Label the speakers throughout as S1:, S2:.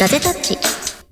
S1: ガジェタッチ。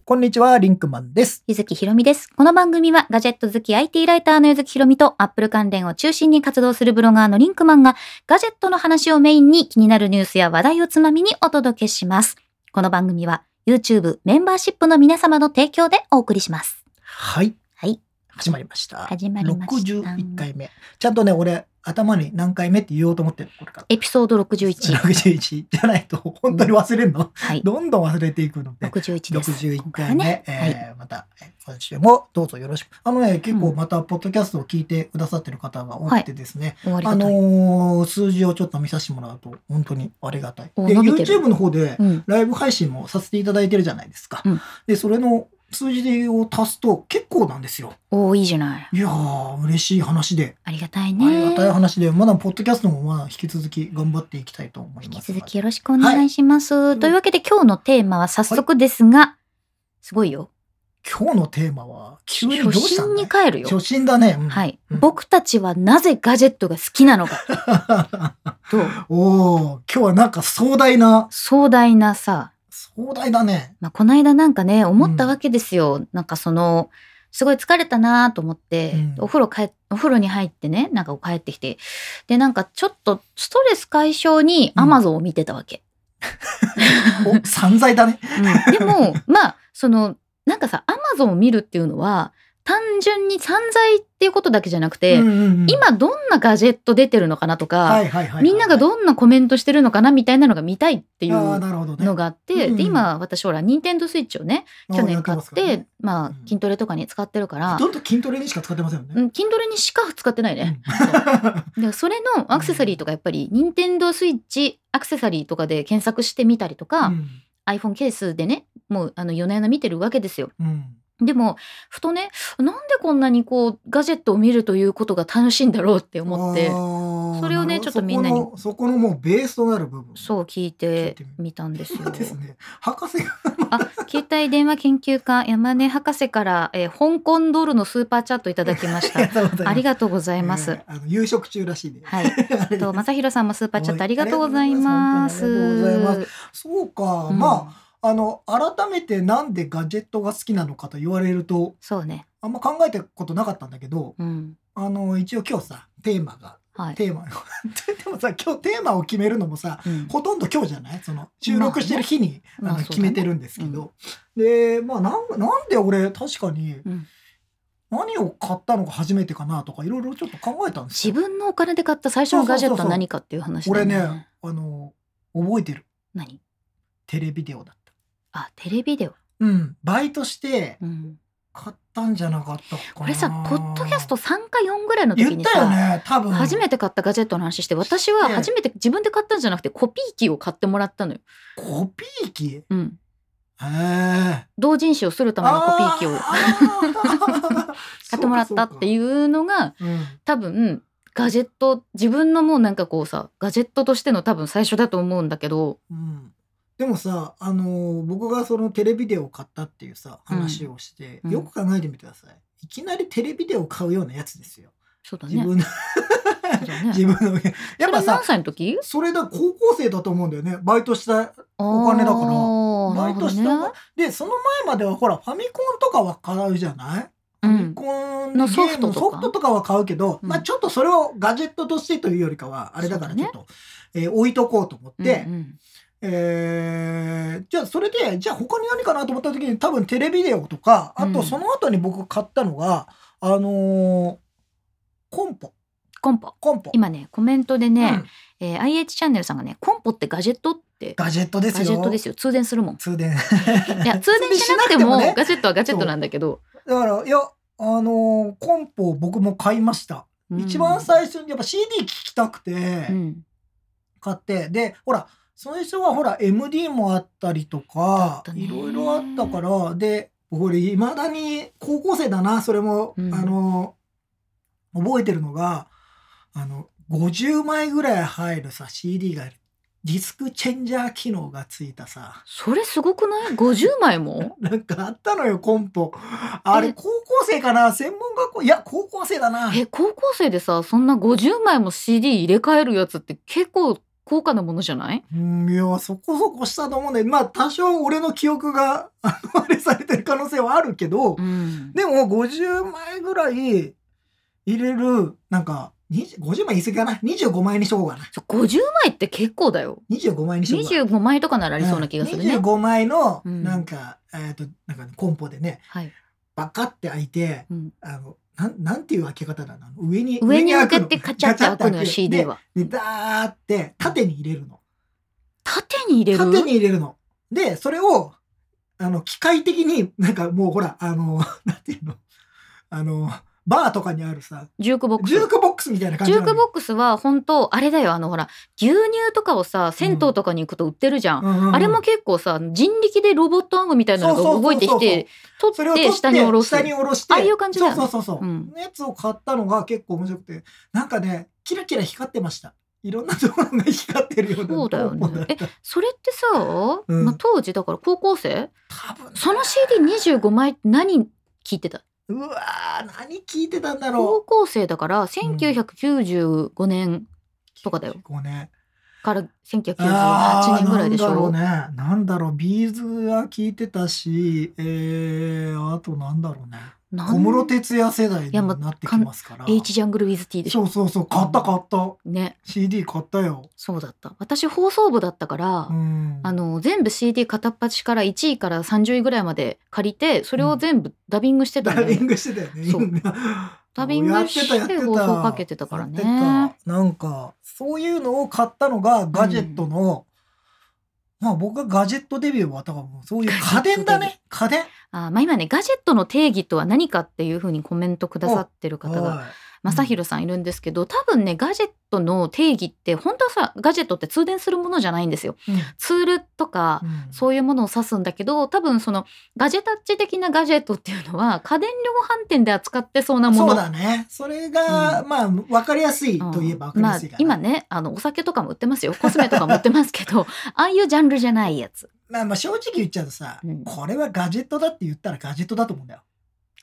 S2: こんにちは、リンクマンです。
S1: ゆずきひろみです。この番組はガジェット好き IT ライターのゆずきひろみと Apple 関連を中心に活動するブロガーのリンクマンがガジェットの話をメインに気になるニュースや話題をつまみにお届けします。この番組は YouTube メンバーシップの皆様の提供でお送りします。
S2: はい。
S1: はい。
S2: 始まりました。
S1: 始まりました
S2: 61回目。ちゃんとね、俺、頭に何回目って言おうと思ってる、これから。
S1: エピソード61。
S2: 61じゃないと、本当に忘れるの。
S1: はい。
S2: どんどん忘れていくので。
S1: 61です。
S2: 61
S1: 今回
S2: 回
S1: は
S2: 目、
S1: ね。は
S2: え
S1: い。
S2: ーまたえー今週もどうぞよろしく。あのね、結
S1: う
S2: 構
S1: ん
S2: また、ポッドキャストを聞いてくださってる方が多くてですね、
S1: 終わり
S2: あ
S1: がとう。
S2: のー数字をちょっと見させてもらうと、本当にありがたい。
S1: お
S2: で、
S1: 伸びてる
S2: YouTube の方で、
S1: うん。
S2: ライブ配信もさせていただいてるじゃないですか。
S1: うん
S2: で、それの数字を足すと結構なんですよ。
S1: おー、いいじゃない。
S2: いやー、嬉しい話で、
S1: ありがたい
S2: ありが
S1: ね。
S2: たい話で、まだポッドキャストもまだ引き続き頑張っていきたいと思い
S1: 引
S2: ま
S1: き
S2: す。
S1: 続きよろしくお願いします。
S2: い
S1: というわけで今日のテーマは早速ですが、すごいよ。
S2: 今日のテーマは、急にどう
S1: 初
S2: した
S1: 心
S2: んだ
S1: に
S2: い
S1: 帰るよ。
S2: 初心だね。うん
S1: はい、
S2: うん
S1: 僕たちはなぜガジェットが好きなのか。 と
S2: おー、今日はなんか壮大な、
S1: 壮大なさ、
S2: 壮大だね。
S1: まあ、この間なんかね、思ったわけですよ。なんかその、すごい疲れたなと思って、
S2: うん
S1: お風呂帰、お風呂に入ってね、なんか帰ってきて、で、なんかちょっとストレス解消に
S2: うん
S1: アマゾンを見てたわけ。
S2: お、散財だね。
S1: うんでもまあそのなんかさアマゾンを見るっていうのは単純に散財っていうことだけじゃなくて、
S2: うんうんうん、
S1: 今どんなガジェット出てるのかなとか、
S2: はいはいはいはい
S1: みんながどんなコメントしてるのかなみたいなのが見たいってい
S2: あー
S1: う
S2: なるほどね
S1: のがあって、
S2: うんうん
S1: で今私ほら任天堂スイッチをね去年買っ
S2: あー
S1: て
S2: や
S1: ま,、
S2: ます
S1: あ
S2: うん
S1: 筋トレとかに使ってるか
S2: かららね、、どんどん筋トレにしか使ってませんよ
S1: う
S2: ね。
S1: ん、筋トレにしか使ってないね。でそれのアクセサリーとかやっぱり任天堂スイッチアクセサリーとかで検索してみたりとか、
S2: うん、
S1: iPhone ケースでねもうあの夜な夜な見てるわけですよ。
S2: うん
S1: でもふとねなんでこんなにこうガジェットを見るということが楽しいんだろうって思って
S2: あー
S1: それをね
S2: るほど
S1: ちょっとみんなに
S2: そこのそこのもうベースとなる部分
S1: そう聞いてみたんですよ
S2: 今。ですね博士が
S1: あ携帯電話研究家山根博士から、えー香港ドルのスーパーチャットいただきました。あり
S2: がとうござい
S1: がとうございま。
S2: ますえーあの夕食中らしいで、
S1: はい。
S2: あ れ
S1: と正弘さんもスーパーチャット
S2: はい
S1: ありがとうございま。
S2: ありがとうございますそうか、
S1: うん
S2: まああの改めてなんでガジェットが好きなのかと言われると
S1: そうね。
S2: あんま考えたことなかったんだけど
S1: うん。
S2: あの一応今日さテーマが
S1: はい。
S2: テーマ でもさ今日テーマを決めるのもさ
S1: うん
S2: ほとんど今日じゃないその収録してる日に、
S1: まあね
S2: あ
S1: まあ
S2: の
S1: そうだね
S2: 決めてるんですけど、でまあなんなんで俺確かに
S1: うん
S2: 何を買ったのが初めてかなとかいろいろちょっと考えたんです
S1: 自
S2: よ。
S1: 分のお金で買った最初のガジェットは何かっていう話だ
S2: 俺
S1: よ
S2: ねあの覚えてる
S1: 何
S2: テレビデオだった。
S1: あテレビデオ。
S2: うん、バイトして
S1: うん。
S2: 買ったんじゃなかったかな
S1: これさポッドキャスト3か4ぐらいの時
S2: 言っ
S1: に
S2: た
S1: さ、
S2: よね多分
S1: 初めて買ったガジェットの話して私は
S2: ええ
S1: 初めて自分で買ったんじゃなくてコピー機を買ってもらったのよ、
S2: コピー機へ
S1: うん、
S2: え
S1: 同人誌をするためのコピー機を 買
S2: 買
S1: ってもらったっていうのが
S2: うか。うん
S1: 多分ガジェット自分のもうなんかこうさガジェットとしての多分最初だと思うんだけど
S2: うん、でもさ、あのー僕がそのテレビデオを買ったっていうさ
S1: うん
S2: 話をして、
S1: うん
S2: よく考えてみてくださいいきなりテレビデオを買うようなやつですよ
S1: そうだ
S2: 自
S1: ね
S2: 分の、
S1: そうだね
S2: 自分の や
S1: それ
S2: っぱ
S1: 何
S2: さ
S1: 歳の時
S2: それだ高校生だと思うんだよねバイトしたお金だから
S1: あー
S2: バ
S1: なる
S2: イ
S1: ほ
S2: ト
S1: ど
S2: した、
S1: ね
S2: でその前まではほらファミコンとかは買うじゃない、
S1: う
S2: ファミ
S1: ん、
S2: コン
S1: の
S2: の
S1: ソ
S2: ソ
S1: フ
S2: フ
S1: ト
S2: ト
S1: とか
S2: ソフトとかは買うけど、
S1: うん
S2: まあちょっとそれをガジェットとしてというよりかはあれだから
S1: そうだ
S2: ち
S1: ね
S2: ょっと、えー置いとこうと思って、
S1: うんうん
S2: えーじゃあそれでじゃあ他に何かなと思った時に多分テレビデオとかあ
S1: う
S2: と
S1: ん
S2: その後に僕買ったのが、あのーコンポ
S1: コンポ
S2: コンポ
S1: 今ねコメントで
S2: う
S1: ね
S2: ん、
S1: えー IH チャンネルさんがねコンポってガジェットって
S2: ガジェットです
S1: ガジェ
S2: よ
S1: ットですよ通電する もん
S2: 通電
S1: いや通電しなくて
S2: 通電しなくて
S1: も
S2: もね
S1: ガジェットはガジェットなんだけど、
S2: だからいやあのーコンポを僕も買いました、
S1: うん
S2: 一番最初にやっぱ CD 聴きたくて
S1: うん
S2: 買って、でほらその人はほら MD もあったりとか
S1: だったね
S2: いろいろあったからで俺いまだに高校生だなそれも、
S1: うん
S2: あの覚えてるのがあの50枚ぐらい入るさ CD がディスクチェンジャー機能がついたさ
S1: それすごくない ?50 枚 も
S2: なんかあったのよコンポあ
S1: え
S2: れ高校生かな専門学校いや高校生だな
S1: え高校生でさそんな50枚も CD 入れ替えるやつって結構高価なものじゃない
S2: うん、いや、そこそこしたと思うんだけど、まあ、多少俺の記憶が、 あの、あれされてる可能性はあるけど、
S1: ん
S2: でも、50枚ぐらい入れる、なんか、20 50枚言い過ぎかな ?25 枚にしとこうかな。
S1: そう50枚って結構だよ。
S2: 25枚にしとこうかな。
S1: 25枚とかならありそうな気がするね。
S2: 25枚の、
S1: うん
S2: なんか、えっ、と、なんかねコンポでね、
S1: はい。
S2: バカって開いて、
S1: うん
S2: あの、なん、なんていう開け方なの上に、
S1: 上に向か
S2: 開く
S1: ってカチャって開くのよ、CD は。
S2: で、でダーって縦に入れるの。
S1: 縦に入れる
S2: 縦に入れるの。で、それを、あの、機械的に、なんかもうほら、あの、なんていうの、あの、バーとかにあるさ、
S1: ジュークボックス。
S2: ジュークボックスみたいな感
S1: ジ
S2: じ
S1: ュ
S2: な
S1: ー
S2: の
S1: クボックスは本当あれだよあのほら牛乳とかをさ銭湯とかに行くと売ってるじゃん、
S2: うんうんうん
S1: あれも結構さ人力でロボットアームみたいなのが
S2: そうそうそうそう
S1: 動いてきて取
S2: それを
S1: っ
S2: 取ってて
S1: 下に下ろす
S2: 下に下ろして
S1: ああいう感じだよね
S2: そうそうそうそ
S1: う
S2: う、
S1: ん
S2: のやつを買ったのが結構面白くてなんかねキラキラ光ってましたいろんなところが光ってるような
S1: そうだよね
S2: コンポった
S1: それってさ、
S2: うん
S1: まあ、当時だから高校生
S2: 多分
S1: その CD25 枚って何聞いてた
S2: うわー何聞いてたんだ
S1: 高
S2: ろ
S1: 校生だから1995年
S2: う
S1: とかだよ
S2: こうね
S1: から
S2: あ
S1: 1998
S2: ー
S1: 年ぐらいでしょ、
S2: なんだろうねなんだろうビーズは聞いてたしえー、あとなんだろうね
S1: なん
S2: 小室哲哉世代にもなってきますから
S1: H ジャングルウィズ T でしょ
S2: そうそうそう買った買った
S1: ね
S2: CD 買ったよ、
S1: そうだった私放送部だったから、
S2: うん、
S1: あの全部 CD 片っ端から1位から30位ぐらいまで借りてそれを全部ダビングしてたんだ
S2: ダ
S1: よね
S2: ビングしてたよね。
S1: そう
S2: みんな
S1: ダビングして
S2: やってたやってた
S1: 放送かけてたからね
S2: やってたなんか、そういうのを買ったのがガジェットの、まあ僕がガジェットデビューは、だからもうそういう家電だね。家電。
S1: あーまあ、今ねガジェットの定義とは何かっていうふうにコメントくださってる方が
S2: はい
S1: 正弘さんいるんですけど多分ねガジェットの定義って本当はさガジェットって通電するものじゃないんですよ。ツールとか
S2: うん
S1: そういうものを指すんだけど多分そのガジェタッチ的なガジェットっていうのは家電量販店で扱ってそうなもの
S2: そうだね。それが、まあ、わかりやすいといえばわかり
S1: ま
S2: や
S1: あ
S2: すいか、な。
S1: 今ねあのお酒とかも売ってますよコスメとかも売ってますけど ああいうジャンルじゃないやつ
S2: まあまあ正直言っちゃうとさ、
S1: うん
S2: これはガジェットだって言ったらガジェットだと思うんだよ。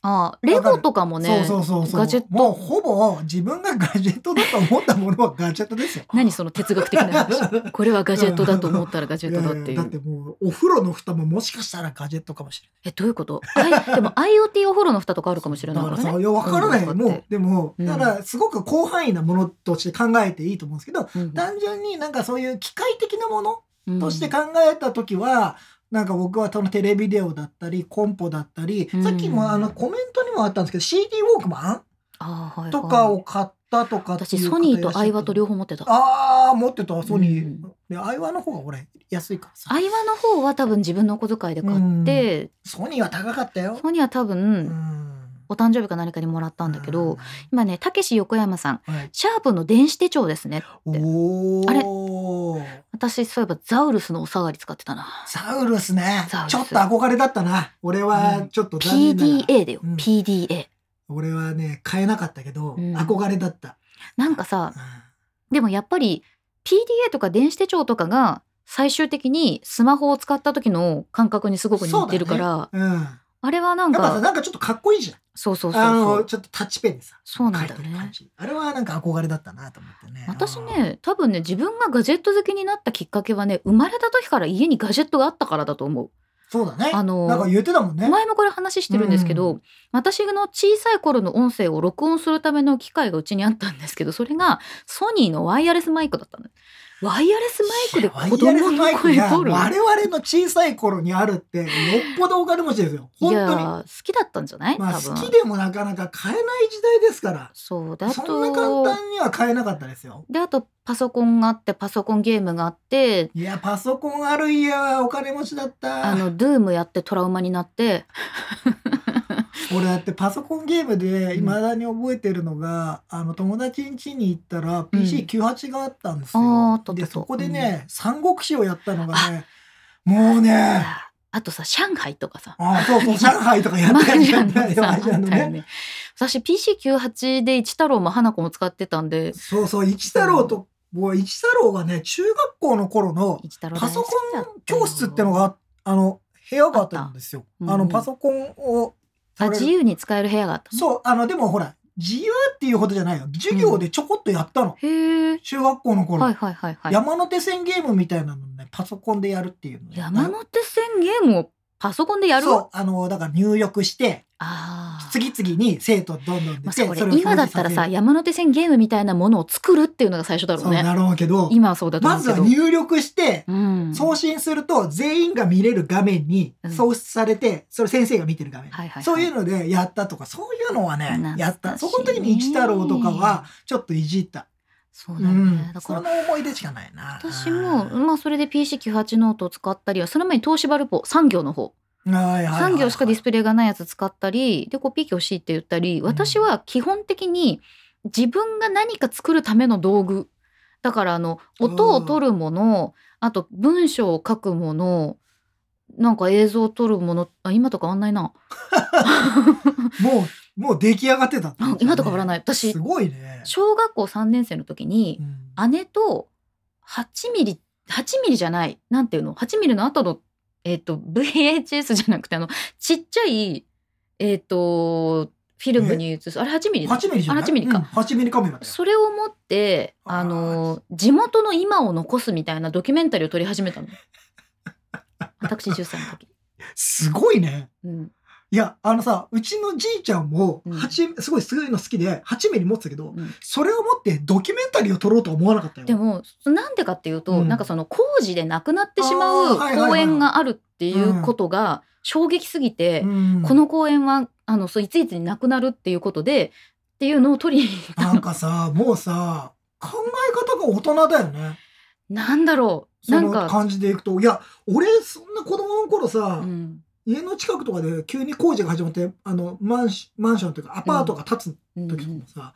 S1: ああレゴとかもね
S2: そうそうそうそう。
S1: ガジェット
S2: もうほぼ自分がガジェットだと思ったものはガジェットですよ。
S1: 何その哲学的な話 これはガジェットだと思ったらガジェットだって
S2: い
S1: い
S2: やいやだって
S1: う
S2: もうお風呂の蓋ももしかしたらガジェットかもしれな
S1: え
S2: い。
S1: どういうことあ いでも IoT お風呂の蓋とかあるかもしれ
S2: だ
S1: ない
S2: か
S1: からら
S2: さ、
S1: ね
S2: いやわからない、
S1: うん
S2: もうでも、
S1: うん
S2: だからすごく広範囲なものとして考えていいと思うんですけど、
S1: うん
S2: 単純になんかそういう機械的なもの
S1: うん
S2: として考えた時は、なんか僕はそのテレビデオだったりコンポだったり、
S1: うん
S2: さっきもあのコメントにもあったんですけど CD ウォークマ
S1: ああはいはい
S2: ンとかを買ったとかってい
S1: 私
S2: う
S1: ソ
S2: 方
S1: ニ
S2: いら
S1: ー
S2: っしゃった
S1: とアイワと両方持ってた
S2: ああ持ってたソニー、
S1: うん
S2: でアイワの方が俺安いからさ
S1: アイワの方は多分自分のお小遣いで買って
S2: ソニーは高かったよ。
S1: ソニーは多
S2: う
S1: 分
S2: ん
S1: お誕生日か何かにもらったんだけど今ねたけし横山さん
S2: うん、はい、
S1: シャープの電子手帳ですね
S2: おお
S1: あれ
S2: れ
S1: 私そういえばザウルスのお下がり使ってたな
S2: サウルスね
S1: サウルス
S2: ちょっと憧れだったな俺
S1: う
S2: は
S1: ん
S2: ちょっと残念ながら、
S1: PDA だよ、
S2: うん
S1: PDA
S2: 俺はね買えなかったけど、
S1: うん
S2: 憧れだった、
S1: なんかさ
S2: う
S1: でもやっぱり PDA とか電子手帳とかが最終的にスマホを使った時の感覚にすごく似てるから、
S2: んうん、
S1: あれはなん
S2: やっぱさ
S1: か
S2: なんかちょっとかっこいいじゃん
S1: そうそうそう
S2: あ
S1: そ
S2: の
S1: う
S2: ちょっとタッチペンでさ
S1: そうなん
S2: 書い
S1: だよ
S2: てる感
S1: ね
S2: じあれはなんか憧れだったなと思ってね
S1: 私ね多分ね自分がガジェット好きになったきっかけはね生まれた時から家にガジェットがあったからだと思う
S2: そうだね
S1: あの
S2: なんか言ってたもんね
S1: 前もこれ話してるんですけど、
S2: う
S1: 私の小さい頃の音声を録音するための機械がうちにあったんですけどそれがソニーのワイヤレスマイクだったのワイヤレスマイクで子供の声
S2: いや
S1: 取る
S2: 我々の小さい頃にあるってよっぽどお金持ちですよ
S1: い
S2: 本
S1: や
S2: 当に
S1: 好きだったんじゃない、
S2: まあ
S1: 多分
S2: 好きでもなかなか買えない時代ですから
S1: そうであ
S2: そんな簡
S1: と
S2: 単には買えなかったですよ
S1: であとパソコンがあってパソコンゲームがあって
S2: いやパソコンある家はお金持ちだった
S1: あのドゥームやってトラウマになって
S2: 俺だってパソコンゲームでいまだに覚えてるのが、あの友達ん家に行ったら
S1: うん
S2: PC98 があったんです
S1: あーあ
S2: よ
S1: っ、たあった
S2: でそこでね、三国志をやったのがねもうね
S1: あとさ上海とかさ
S2: あそうそう上海とかやっ
S1: マ
S2: た
S1: ー
S2: り
S1: ジ
S2: や
S1: ャ
S2: っ
S1: ン
S2: たり
S1: の
S2: マ
S1: さ
S2: ージャンの
S1: あったよ
S2: ね
S1: ね私 PC98 で一太郎も花子も使ってたんで
S2: そうそう一太郎ともう一太郎がね中学校の頃の
S1: 一太郎
S2: パ
S1: 大
S2: ソ
S1: 好き
S2: コ
S1: だった
S2: ン教室ってのがああの部屋があったんですよ
S1: あっ
S2: あ,、
S1: たうん
S2: のパソコンを
S1: あ
S2: 触れる
S1: 自由に使える部屋があったの
S2: そうあのでもほら自由っていうほどじゃないよ。授業でちょこっとやったの。
S1: へえ。
S2: 中学校の頃、
S1: はいはいはいはい。
S2: 山手線ゲームみたいなのね、パソコンでやるっていうのね
S1: 山手線ゲームをパソコンでやる
S2: そう、あの、だから入力して、
S1: ああ。
S2: 次々に生徒どんどん
S1: ま
S2: 出
S1: あ、
S2: て、
S1: それ
S2: を表示
S1: 今だったらさ
S2: せる
S1: 山手線ゲームみたいなものを作るっていうのが最初だろ
S2: そうう
S1: ね
S2: だろうけど、
S1: 今はそうだと思
S2: ま
S1: う
S2: ず
S1: け
S2: は
S1: ど、
S2: 入力して、
S1: うん、
S2: 送信すると全員が見れる画面に
S1: うん
S2: 送出されて、それ先生が見てる画面、
S1: はいはいはい
S2: そういうのでやったとかそういうのはね
S1: 懐かしい
S2: やったそこの時に一太郎とかはちょっといじった、
S1: そううだよね、
S2: ん
S1: だ、か
S2: そ
S1: ら
S2: の思い出しかないな
S1: 私も、まあ、それで PC98 ノートを使ったりはその前に東芝ルポ産業の方産
S2: 産
S1: 業しかディス
S2: プ
S1: プレイがないやつ使ったりでコピー機欲しいって言ったり
S2: ん
S1: 私は基本的に自分が何か作るための道具だからあの音を取るものあと文章を書くものなんか映像を撮るものあ今とかあんないな
S2: レイもうもう出来上がってたってこと
S1: あ
S2: だね
S1: 今とかわらない私
S2: すごいね、
S1: 小学校3年生の時に
S2: うん
S1: 姉と8ミリ8ミリじゃないなんていうの8ミリの後のえっ、と VHS じゃなくてあのちっちゃいえっ、とフィルムに映すあれ8ミリだ
S2: 8ミリじゃない
S1: あ8ミリか
S2: うん8ミリカメラだよ
S1: それを持って
S2: あー
S1: あの地元の今を残すみたいなドキュメンタリーを撮り始め たの私10歳の時、
S2: すごいね
S1: うん、
S2: いやあのさうちのじいちゃんも
S1: うん
S2: 8すごいすごいの好きで8ミリ持ってたけど、
S1: うん
S2: それを持ってドキュメンタリーを撮ろうとは思わなかったよ
S1: でもなんでかっていうと、
S2: うん
S1: なんかその工事でなくなってしま
S2: あ
S1: う
S2: ーはいはいはい
S1: 公園があるっていうことが衝撃すぎて、
S2: うん
S1: この公園はあのそういついつになくなるっていうことでっていうのを取りに行っ
S2: な
S1: た
S2: ん
S1: の。
S2: かさもうさ考え方が大人だよね
S1: なんだろう
S2: そ
S1: なん
S2: の
S1: か、
S2: 感じでいくといや俺そんな子供の頃さ、
S1: うん
S2: 家の近くとかで急に工事が始まってあのマンシマンションというかアパートが建つ
S1: うんう
S2: 時とかも
S1: ん、
S2: さ、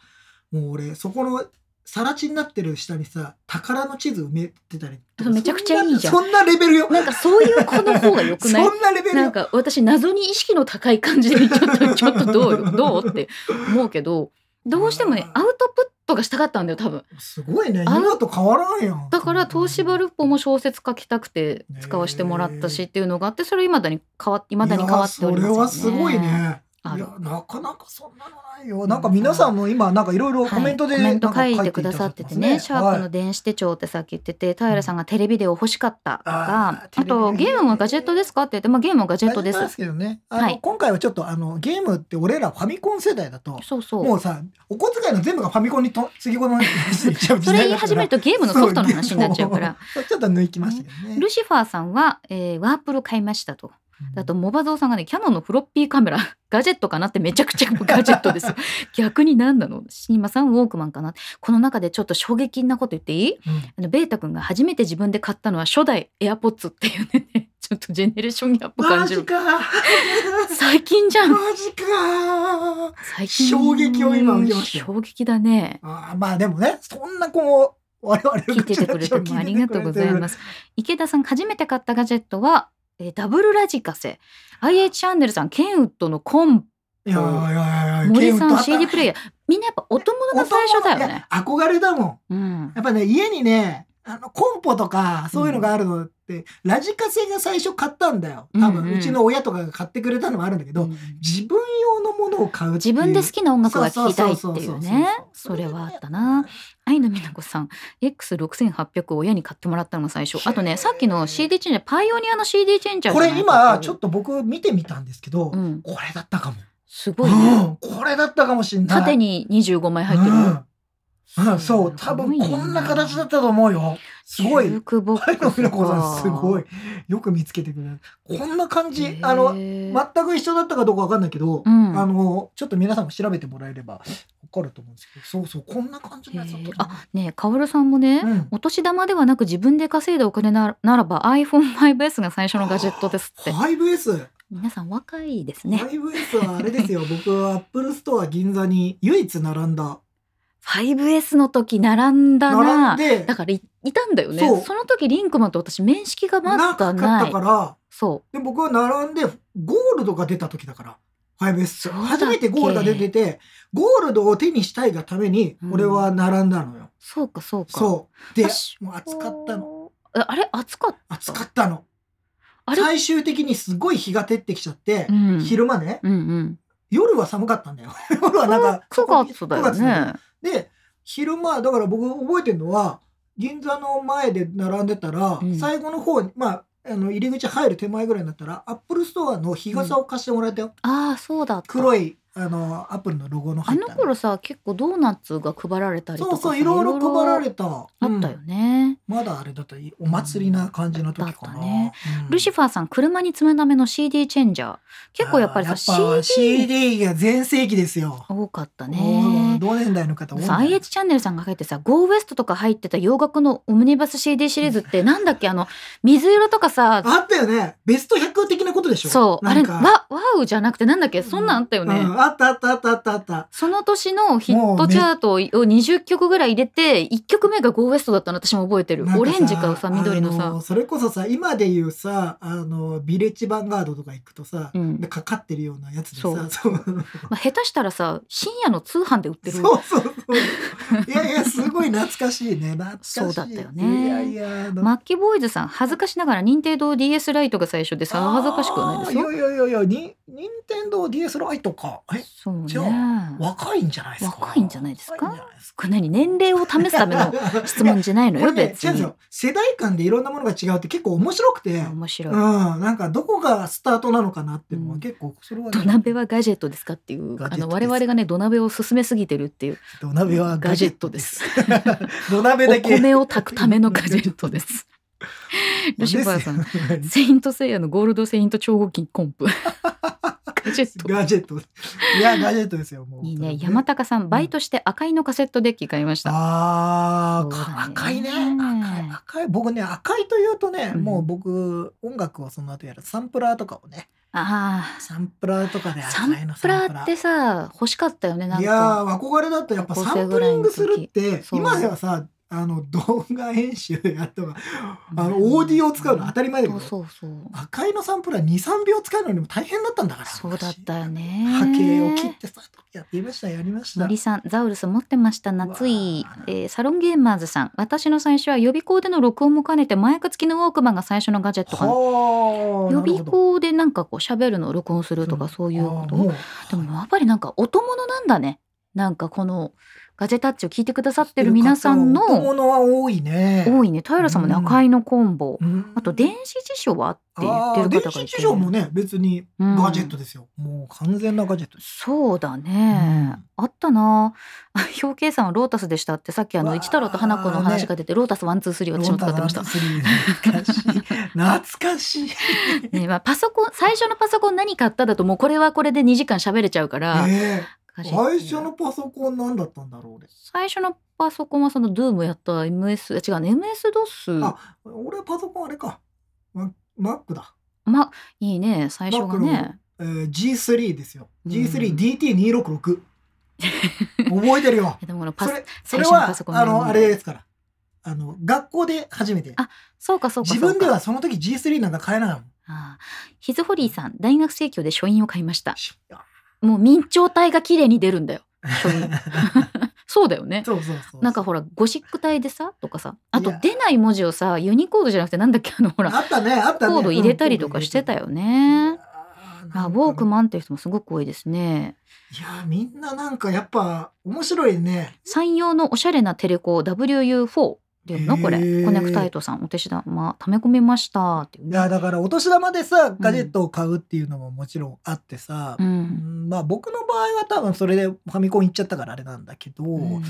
S2: もう俺そこの更地になってる下にさ宝の地図埋めてたりとか
S1: めちゃくちゃいいじゃん
S2: そんなレベルよ
S1: なんかそういう子の方が良く
S2: そん
S1: ない
S2: なレベル
S1: なん
S2: よ
S1: か私謎に意識の高い感じでちょ っとちょっとどうよどうって思うけどどうしてもねアウトプットがしたかったんだよ多分
S2: すごいね
S1: あ
S2: 今と変わらんやん
S1: だから東芝ルポも小説書きたくて使わせてもらったしっていうのがあってそれ未だに変わ未だに変わっておりますよね
S2: いやそれはすごいね
S1: あ
S2: い
S1: る
S2: やなかなかそんなのないよなんか皆さんも今なんかいろいろコメントで、
S1: はい、コメント書
S2: なん
S1: い
S2: か
S1: てくださっててねシャープの電子手帳ってさっき言ってて、平さんがテレビデオ欲しかったとか
S2: あ
S1: あ
S2: ー
S1: と
S2: テレビデオね
S1: ゲームはガジェットですかって言って、まあ、ゲームはガジェットで
S2: 大丈夫です
S1: す
S2: けどねあの、
S1: はい
S2: 今回はちょっとあのゲームって俺らファミコン世代だと
S1: そう
S2: も
S1: そう
S2: うさお小遣いの全部がファミコンにとつぎ込まれてる
S1: それ言い始める
S2: と
S1: とゲームのソフトの話になっちゃうから
S2: ちょっと抜きましたけど ね
S1: ルシファーさんは、えーワープロ買いましたとあとモバゾウさんがねキャノンのフロッピーカメラ ガジェットかなってめちゃくちゃガジェットです逆に何なのシニマさんウォークマンかなこの中でちょっと衝撃なこと言っていい
S2: うん
S1: あのベータ君が初めて自分で買ったのは初代エアポッツっていうね ちょっとジェネレーションギャップ感
S2: マ
S1: じ
S2: ジ
S1: る
S2: かマ
S1: 最近じゃん
S2: ジか
S1: 最近
S2: 衝撃を今受けましたよ
S1: 衝撃だね
S2: あーまあでもねそんな子も我々の
S1: 聞いててくれてもありがとうございます池田さん初めて買ったガジェットは、えーダブルラジカセ IH チャンネルさんケンウッドのコン
S2: いやいやいやいや
S1: 森さん CD
S2: ゲームとあった
S1: プレイヤーみんなやっぱ音物が最初だよ
S2: いや
S1: ね。
S2: 憧れだもん。
S1: うん
S2: やっぱね、家にね、あの、コンポとか、そういうのがあるのって、ラジカセが最初買ったんだよ。多分、う
S1: うんうん
S2: ちの親とかが買ってくれたのもあるんだけど、
S1: うん
S2: 自分用のものを買うって
S1: 自
S2: いう。
S1: 分で好きな音楽が聴きたいって
S2: そうそう
S1: い
S2: そうう
S1: ね
S2: そ
S1: そうれはあったな。愛の美奈子さん X6800 を親に買ってもらったのが最初あとねさっきの CD チェンジャーパイオニアの CD チェンジャー
S2: こ
S1: じゃ
S2: れ
S1: ない
S2: 今、ちょっ
S1: と、
S2: と僕見てみたんですけど、
S1: うん、
S2: これだったかも。
S1: す
S2: う
S1: ごいね
S2: ん、これだったかもしんない。
S1: 縦に25枚入ってる、
S2: うん、うん、そう、多分こんな形だったと思うよ。すごい
S1: ジュ。ークボッ
S2: 愛の
S1: ク
S2: 美
S1: ス
S2: 奈子さん、すご
S1: い
S2: い。よく見つけてくれる。こんな感じ。あの、
S1: ま
S2: 全く一緒だったかどうかわかんないけど、
S1: うん
S2: あのちょっと皆さんも調べてもらえればわかると思うんですけどそうそうこんな感じのやつだった
S1: あねえ薫さんもね、
S2: うん
S1: お年玉ではなく自分で稼いだお金ならならば iPhone5S が最初のガジェットですって。
S2: 5S、
S1: 皆さん若いですね。
S2: 5S はあ れですよ僕はアップルストア銀座に唯一並んだ
S1: 5S の時並んだ
S2: 並ん
S1: な。
S2: で
S1: だからいいたんだよね
S2: そう
S1: その時リンクマンと私面識がま
S2: なか
S1: だ
S2: った
S1: ない
S2: から
S1: そ
S2: で僕は並んでゴールドが出た時だから
S1: そう
S2: 5S
S1: だっけ
S2: 初めてゴールドが出ててゴールドを手にしたいがために
S1: うん
S2: 俺は並んだのよ、
S1: うそうかそうか
S2: そうで
S1: 私
S2: もう暑かったの
S1: のあれ暑かった
S2: 暑かったの
S1: あれ、
S2: 最終的にすごい日が照ってきちゃって、
S1: うん、
S2: 昼間ね、
S1: うんうん
S2: 夜は寒かったんだよ。 夜はなんか、
S1: 9月だよ
S2: 九月
S1: ね。
S2: で、昼間、だから僕覚えてるのは、銀座の前で並んでたら、
S1: うん
S2: 最後の方に、まあ、あの入り口入る手前ぐらいになったら、アップルストアの日傘を貸してもらえたよ。
S1: ああ、そうだった。
S2: 黒い、あの、アップルのロゴの
S1: あ
S2: 入っ
S1: の
S2: た。
S1: 頃さ、結構ドーナツが配られたりとか
S2: そ
S1: さ。
S2: うそう、いろいろ配られた。
S1: あったよね。
S2: うんまだあれだったお祭りな感じの時かな。
S1: だったね
S2: うん
S1: ルシファーさん、車に積むための CD チェンジャー。結構やっぱり
S2: あ
S1: さ、
S2: ーやっぱ
S1: CD
S2: CD が全盛期ですよ。
S1: 多かった
S2: うん
S1: ね。
S2: 同年代の方多いんだ
S1: さ、IH チャンネルさんが書いてさ、ゴーウエストとか入ってた洋楽のオムニバス CD シリーズってなんだっけあの、水色とかさ、
S2: あったよね。ベスト100的なことでしょ
S1: そう、あ
S2: な
S1: れ、
S2: んか
S1: わ、ワウじゃなくてなんだっけそんなんあったよね。
S2: うんあったあったあったあったあった。
S1: その年のヒットチャートを20曲ぐらい入れて、1曲目がゴーウエストだったの私も覚えてる
S2: なん。かさ
S1: オレンジかさ、緑の
S2: あ
S1: さ。
S2: それこそさ、今で言うさ、あの、ビレッジヴァンガードとか行くとさ、
S1: うん
S2: かかってるようなやつで
S1: そ
S2: さ、
S1: う
S2: そう。
S1: まあ、下手したらさ、深夜の通販で売ってる。
S2: そうそうそう。いやいや、すごい懐かしいね。懐かしい。
S1: そうだったよね
S2: いやいや、
S1: マッキーボーイズさん、恥ずかしながら任天堂 DS ライトが最初でさ、恥ずかしくはないですよ。
S2: よ。いやいやいや、に、任天堂 DS ライトか。え、
S1: そう
S2: じゃ
S1: ね。
S2: 若いんじゃないですか。
S1: 若いんじゃないですか
S2: 若いんじゃないですか
S1: これ何年齢を試すための質問じゃないの
S2: こ
S1: よ、
S2: れね
S1: 別
S2: 違うんです
S1: に。
S2: よ世代間でいろんなものが違うって結構面白くて、
S1: 面白
S2: う
S1: い。
S2: ん、なんかどこがスタートなのかなっていうのは結構それはね、
S1: 土鍋はガジェットですかっていう、
S2: ガ
S1: あ
S2: ジェッ
S1: の、
S2: トです
S1: 我々がね、土鍋を進めすぎてるっていう、
S2: 土鍋は
S1: ガジェットです。
S2: 土鍋だ
S1: お
S2: け
S1: 米を炊くためのガジェット です。ルシファーさん、セイントセイヤのゴールドセイント超合金コ ンプ。ガジェット。
S2: ガジェットいやガジェットですよもう
S1: いいね。山高さん、バイトして赤いのカセットデッキ買いました。そうだね
S2: あーか赤いね赤い赤い僕ね赤いというとね、
S1: うん
S2: もう僕音楽をその後やるサンプラーとかをね
S1: あ
S2: サンプラーとかで
S1: あ。
S2: 赤
S1: サ
S2: い
S1: ン
S2: の
S1: プラーってさ、欲しかったよね、なん
S2: いや
S1: か。
S2: ー憧れだったやっぱ
S1: 高
S2: サ
S1: 校生
S2: ンプ
S1: ぐら
S2: リ
S1: い
S2: ン
S1: の
S2: グ
S1: 時
S2: するって
S1: そう
S2: 今ではさあの動画編集やったがあの
S1: うん
S2: オーディオを使うの当たり前だけ
S1: そう
S2: ど
S1: そうそう。
S2: 赤いのサンプラー23秒使うのにも大変だったんだから
S1: そうだっ
S2: 昔
S1: たよね。
S2: 波形を切ってさやっていましたやりました
S1: 森さん、ザウルス持ってました、夏井
S2: うわ。
S1: えーサロンゲーマーズさん、私の最初は予備校での録音も兼ねて、マイク付きのウォークマンが最初のガジェットかな。
S2: はあ
S1: 予
S2: なる
S1: 備
S2: ほど
S1: 校でなんかこう喋るのを録音するとかそういうこ
S2: あー
S1: と
S2: もう
S1: でもやっぱりなんか音物なんだねなんかこのガジェタッチを聞いてくださってる皆さん
S2: 知ってる方は音
S1: の
S2: 物は多いね
S1: 多いね平さんもね
S2: うん
S1: 赤いのコンボ
S2: うん
S1: あと電子辞書はって言ってる
S2: あ
S1: 方
S2: ー
S1: がい
S2: 電子
S1: て
S2: 辞書もね別に
S1: うん
S2: ガジェットですよ、もう完全なガジェットです
S1: そうだね
S2: うん
S1: あったなあ表計算はロータスでしたってさっきあ
S2: う
S1: の
S2: わー
S1: 一太郎と花子の話が出てロータスワンツースリー私も使ってました
S2: ロンタン懐かしい。懐かしい。
S1: ねまあパソコン最初のパソコン何買っただともうこれはこれで2時間喋れちゃうから
S2: え
S1: ガ
S2: え
S1: ジェット
S2: 最初のパソコンなんだったんだろう俺。
S1: 最初のパソコンはその Doom やった MS 違うね MS
S2: あ
S1: DOS
S2: 俺パソコンあれか。ママックだ。
S1: まいいね最初がね
S2: えー、G3 ですよ。
S1: うん
S2: G3DT266。覚えてるよ
S1: い。やでもこのパ
S2: そ
S1: ス
S2: れそ
S1: 最
S2: れ
S1: 初の
S2: は
S1: パソコンだ
S2: あ
S1: よね
S2: のあれですから。あの学校で初めて。
S1: あそうかそうかそ
S2: 自
S1: うか
S2: 分ではその時 G3 なんか買えなかったもん。
S1: ああヒズホリーさん大学生協で書院を買いました
S2: しあ
S1: もう明朝体が綺麗に出るんだよ書 院 そうだよね
S2: そうそうそう。
S1: なんかほらゴシック体でさとかさあと
S2: いや
S1: 出ない文字をさユニコードじゃなくてなんだっけあのほら
S2: あったねあったね。
S1: コード入れたりとかしてたよね、あウォーク
S2: も
S1: マンっていう人もすごく多いですね
S2: いやーみんななんかやっぱ面白いね。
S1: 山陽のおしゃれなテレコ WU4 っていうのこれ
S2: へー
S1: コネクタイトさんお手玉溜め込みましたっていう
S2: い
S1: ね
S2: やだからお年玉でさガジェットを買うっていうのももちろんあってさ、
S1: う、
S2: うんんまあ僕の場合は多分それでファミコン行っちゃったからあれなんだけど、
S1: うん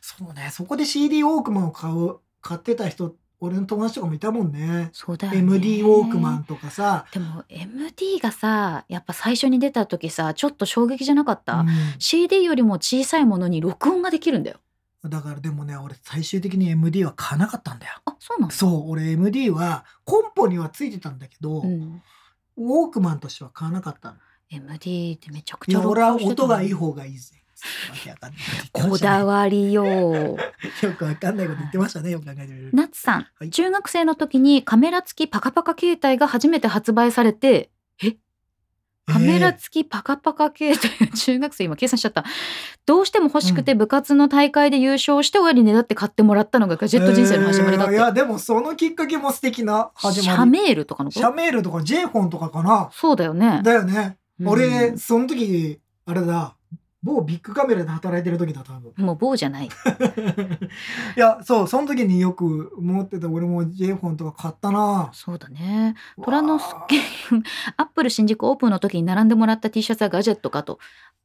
S2: そうねそこで CD ウォークマンを買う買ってた人俺の友達とかもいたもんね。
S1: そうだよね
S2: MD ウォークマンとかさ、
S1: でも MD がさやっぱ最初に出た時さちょっと衝撃じゃなかった、
S2: う
S1: CD よりも小さいものに録音ができるんだよ
S2: ん、だからでもね俺最終的に MD は買わなかったんだよ。
S1: あそうなの
S2: そう俺 MD はコンポにはついてたんだけど、
S1: うん、
S2: ウォークマンとしては買わなかったの。
S1: MD ってめちゃく
S2: い
S1: ちゃ
S2: や、
S1: 録
S2: 俺は
S1: 音してた
S2: 音がいい
S1: よ
S2: 方がいいぜ。わけわかんないこと言ってま
S1: こ
S2: した
S1: だ
S2: ね
S1: わりよ
S2: よくわかんないこと言ってましたね、よく考えてみると。
S1: ナツさん、
S2: はい
S1: 中学生の時にカメラ付きパカパカ携帯が初めて発売されてカメラ
S2: え
S1: 付きパカパカ携帯、 中学生今計算しちゃった。どうしても欲しくて部活の大会で優勝して親にねだって買ってもらったのがガ
S2: ー
S1: ジェット人生の始まりだっ
S2: えーい
S1: た。
S2: や、でもそのきっかけも素敵な始
S1: シ
S2: ま
S1: ャ
S2: り。
S1: メールとかの
S2: シ
S1: こ
S2: ャ
S1: と
S2: メールとか J フォンとかかな。
S1: そうだよね。
S2: だよね。
S1: うん
S2: 俺、その時、あれだ某ビッグカメラで働いてる時だ多 分
S1: もう棒じゃない。
S2: いやそうその時によく持ってた俺も j フォンとか買ったな
S1: そうだね。虎之助、 アップル新宿オープンの時に並んでもらった T シャツはガジェットかと。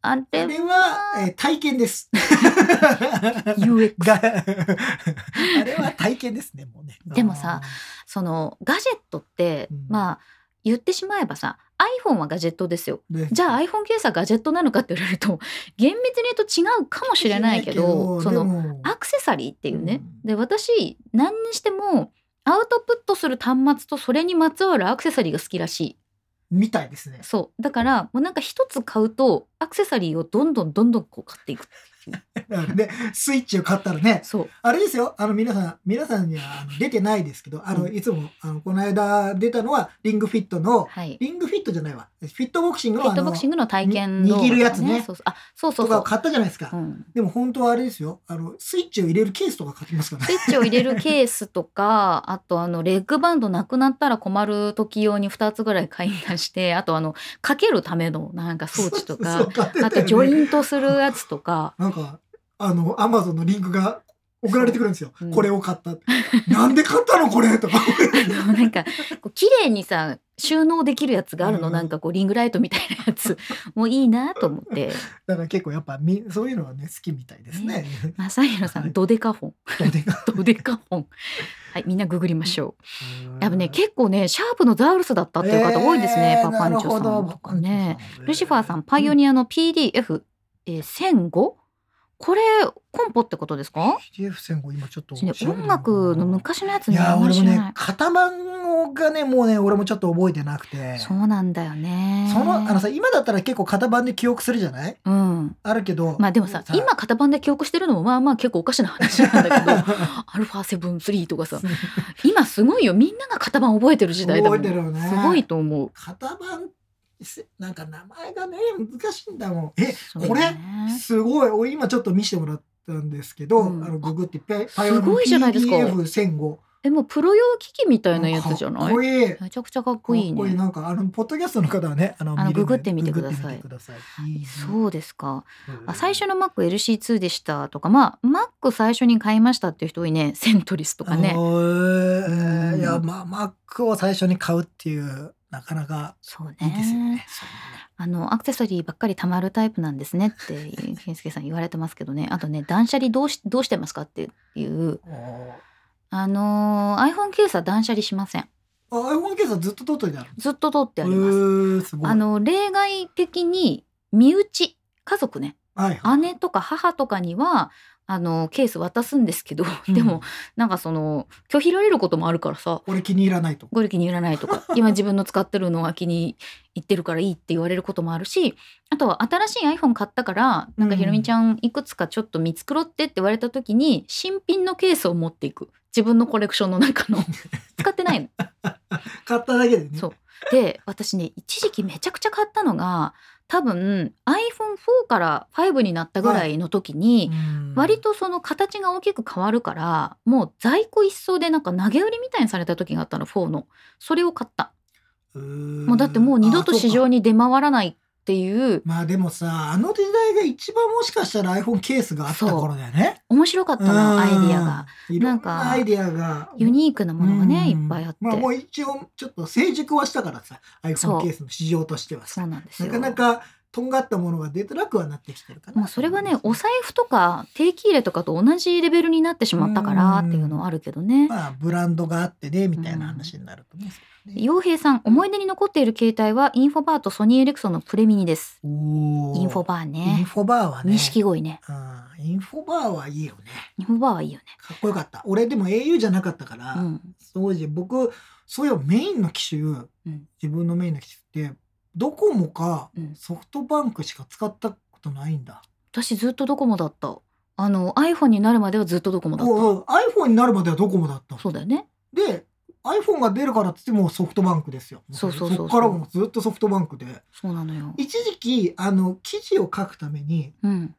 S1: あ
S2: あ
S1: れ、
S2: れは、えー体験 です。
S1: UX。
S2: があれは体験ですね、もうね。
S1: でもさそのガジェットって、
S2: うん
S1: まあ言ってしまえばさ iPhone はガジェットですよ。
S2: あー、
S1: じゃあ
S2: あ
S1: iPhone 検査ガジェットなのかって言われると厳密に言うと違うかもしれないけどその
S2: の
S1: アクセサリーっていうね、
S2: うん
S1: で私何にしてもアウトプットする端末とそれにまつわるアクセサリーが好きらしい
S2: みたいですね。
S1: そうだからもうなんか一つ買うとアクセサリーをどんどんどんどんこう買っていく
S2: で、スイッチを買ったらね、
S1: そう
S2: あれですよ、あの皆さん、皆さんにはあの出てないですけど、あの、
S1: うん
S2: いつも、あの、この間出たのは、リングフィットの、
S1: はい
S2: リングフィットじゃないわ、フィットボクシング
S1: フ
S2: の
S1: ィッ
S2: あ
S1: ト
S2: の
S1: ボクシングの体験
S2: に
S1: 動画
S2: 握るやつね
S1: そうそうあそうそうそ
S2: とか
S1: う
S2: を、買ったじゃないですか。
S1: うん、
S2: でも本当はあれですよ、あの、スイッチを入れるケースとか買ってますから
S1: スイッチを入れるケースとかあとあのレッグバンドなくなったら困る時用に2つぐらい買い出してあとあのかけるためのなんか装置と
S2: そ
S1: か
S2: う買ってたよ
S1: あ
S2: ね
S1: とジョイントするやつとか
S2: なんか、あの、アマゾンのリンクが送られてくるんですよ。
S1: そううん
S2: これを買っ たって。なんで買ったのこれとか。
S1: あのなんかこう綺麗にさ収納できるやつがあるの
S2: うん
S1: なんかこうリングライトみたいなやつもういいなと思 って
S2: だから結構やっぱみ、そういうのはね、好きみたいですね。
S1: 正弘さ
S2: はい
S1: んドデカフォン
S2: でか
S1: ドデカフォンはいみんなググりましょうやっぱね
S2: 構
S1: 結構ねシャープのザウルスだったっていう方多いですね、パパンチョさんとかね。ルシファーさん、パイオ
S2: ニ
S1: ニアの PDF1005?、えー1005これ、コンポってことですか、
S2: ア。f 戦後今ちょっと
S1: ね、音楽の昔のやつ
S2: い
S1: ね、あ
S2: や
S1: んまり知
S2: 俺も
S1: らな
S2: ね
S1: い。
S2: 型番がねもうね俺もちょっと覚えてなくて
S1: そ
S2: そう
S1: なんだよね。
S2: のあのさ今だったら結構型番で記憶するじゃない
S1: うん。
S2: あるけど
S1: まあでもさ、今型番で記憶してるのもまあまあ結構おかしな話なんだけ ど、アルファ73とかさ、今すごいよ。みんなが型番覚えてる時代だもん。
S2: 覚えてるよね
S1: すごいと思う。
S2: 型番せなんか名前がね難しいんだもんえ
S1: そう
S2: これ
S1: ね
S2: すごいお今ちょっと見せてもらったんですけど、
S1: うん
S2: あのググってパイパイオ
S1: すごいじゃないですか
S2: PDF1005
S1: え、もうプロ用機器みたいなやつじゃ
S2: か
S1: な
S2: っこ
S1: い
S2: いい
S1: めちゃくちゃかっこいい
S2: かっ
S1: ね。
S2: なんかあのポッドキャストの方はねあの
S1: あの
S2: 見れるんで
S1: ググってみてください
S2: ググってみてくださいいいね
S1: そうですか。
S2: うん
S1: あ最初の MacLC2 でしたとかまあ Mac 最初に買いましたっていう人多いねセントリスとか
S2: あ
S1: ね
S2: のー
S1: うん
S2: いやまあ Mac を最初に買うっていうなかなか
S1: そうね
S2: いいですよね
S1: あのアクセサリーばっかり貯まるタイプなんですねって健介さん言われてますけどねあとね断捨離どうしどうしてますかっていう
S2: そうね
S1: あのー iPhone ケースは断捨離しません
S2: あ iPhone ケースはずっと取っといてある
S1: ずっと取ってあり
S2: え
S1: ます
S2: ーすごい
S1: あの例外的に身内家族ね
S2: はいはい
S1: 姉とか母とかにはあのケース渡すんですけど
S2: うん
S1: でも、なんかその拒否られることもあるからさ
S2: 俺気に入らないと
S1: ゴリ気に入らないとか今自分の使ってるのが気に入ってるからいいって言われることもあるしあとは新しい iPhone 買ったからなんか
S2: うん
S1: ひろみちゃんいくつかちょっと見繕ってって言われた時に新品のケースを持っていく自分のコレクションの中の使ってないの。
S2: 買っただけでね
S1: そうで私ね一時期めちゃくちゃ買ったのが多分 iPhone4 から5になったぐらいの時に、
S2: うん
S1: 割とその形が大きく変わるからもう在庫一掃でなんか投げ売りみたいにされた時があったの4のそれを買った
S2: も
S1: もうだってもう二度と市場に出回らないっていう
S2: まあでもさあの時代が一番もしかしたら iPhone ケースがあった頃だよね。
S1: 面白かったなアイディアが
S2: うんいろんなアイディアが
S1: ユニークなものがねいっ
S2: うん
S1: ぱいあって、
S2: まあもう一応ちょっと成熟はしたからさ
S1: そ
S2: iPhone
S1: う
S2: ケースの市場としては
S1: そ
S2: さ
S1: うなんです
S2: な
S1: よ
S2: かなかとんがったものが出づらくはなってきてるかな。
S1: もうそれはねお財布とか定期入れとかと同じレベルになってしまったからっていうのはあるけどね、
S2: まあブランドがあってねみたいな話になるとね。
S1: 洋平さん思い出に残っている携帯はインフォバーとソニーエレクソンのプレミニです
S2: おー
S1: インフォバー
S2: イン
S1: ね
S2: フォバーはね。
S1: 錦鯉ね
S2: うんインフォバーはいいよね。
S1: インフォバーはいいよね
S2: かっこよかった。俺でも au じゃなかったから、
S1: うん
S2: 当時僕そういうメインの機種、
S1: ん
S2: 自分のメインの機種ってドコモか
S1: うん
S2: ソフトバンクしか使ったことないんだ。
S1: 私ずっとドコモだったあの iPhone になるまではずっとドコモだった
S2: おうおう iPhone になるまではドコモだった。
S1: そうだよね
S2: で iPhone が出るからっつってもうソフトバンクですよ。
S1: そうそうそうそう
S2: っからもうずっとソフトバンクで
S1: そうなのよ
S2: 一時期あの記事を書くために、
S1: うん、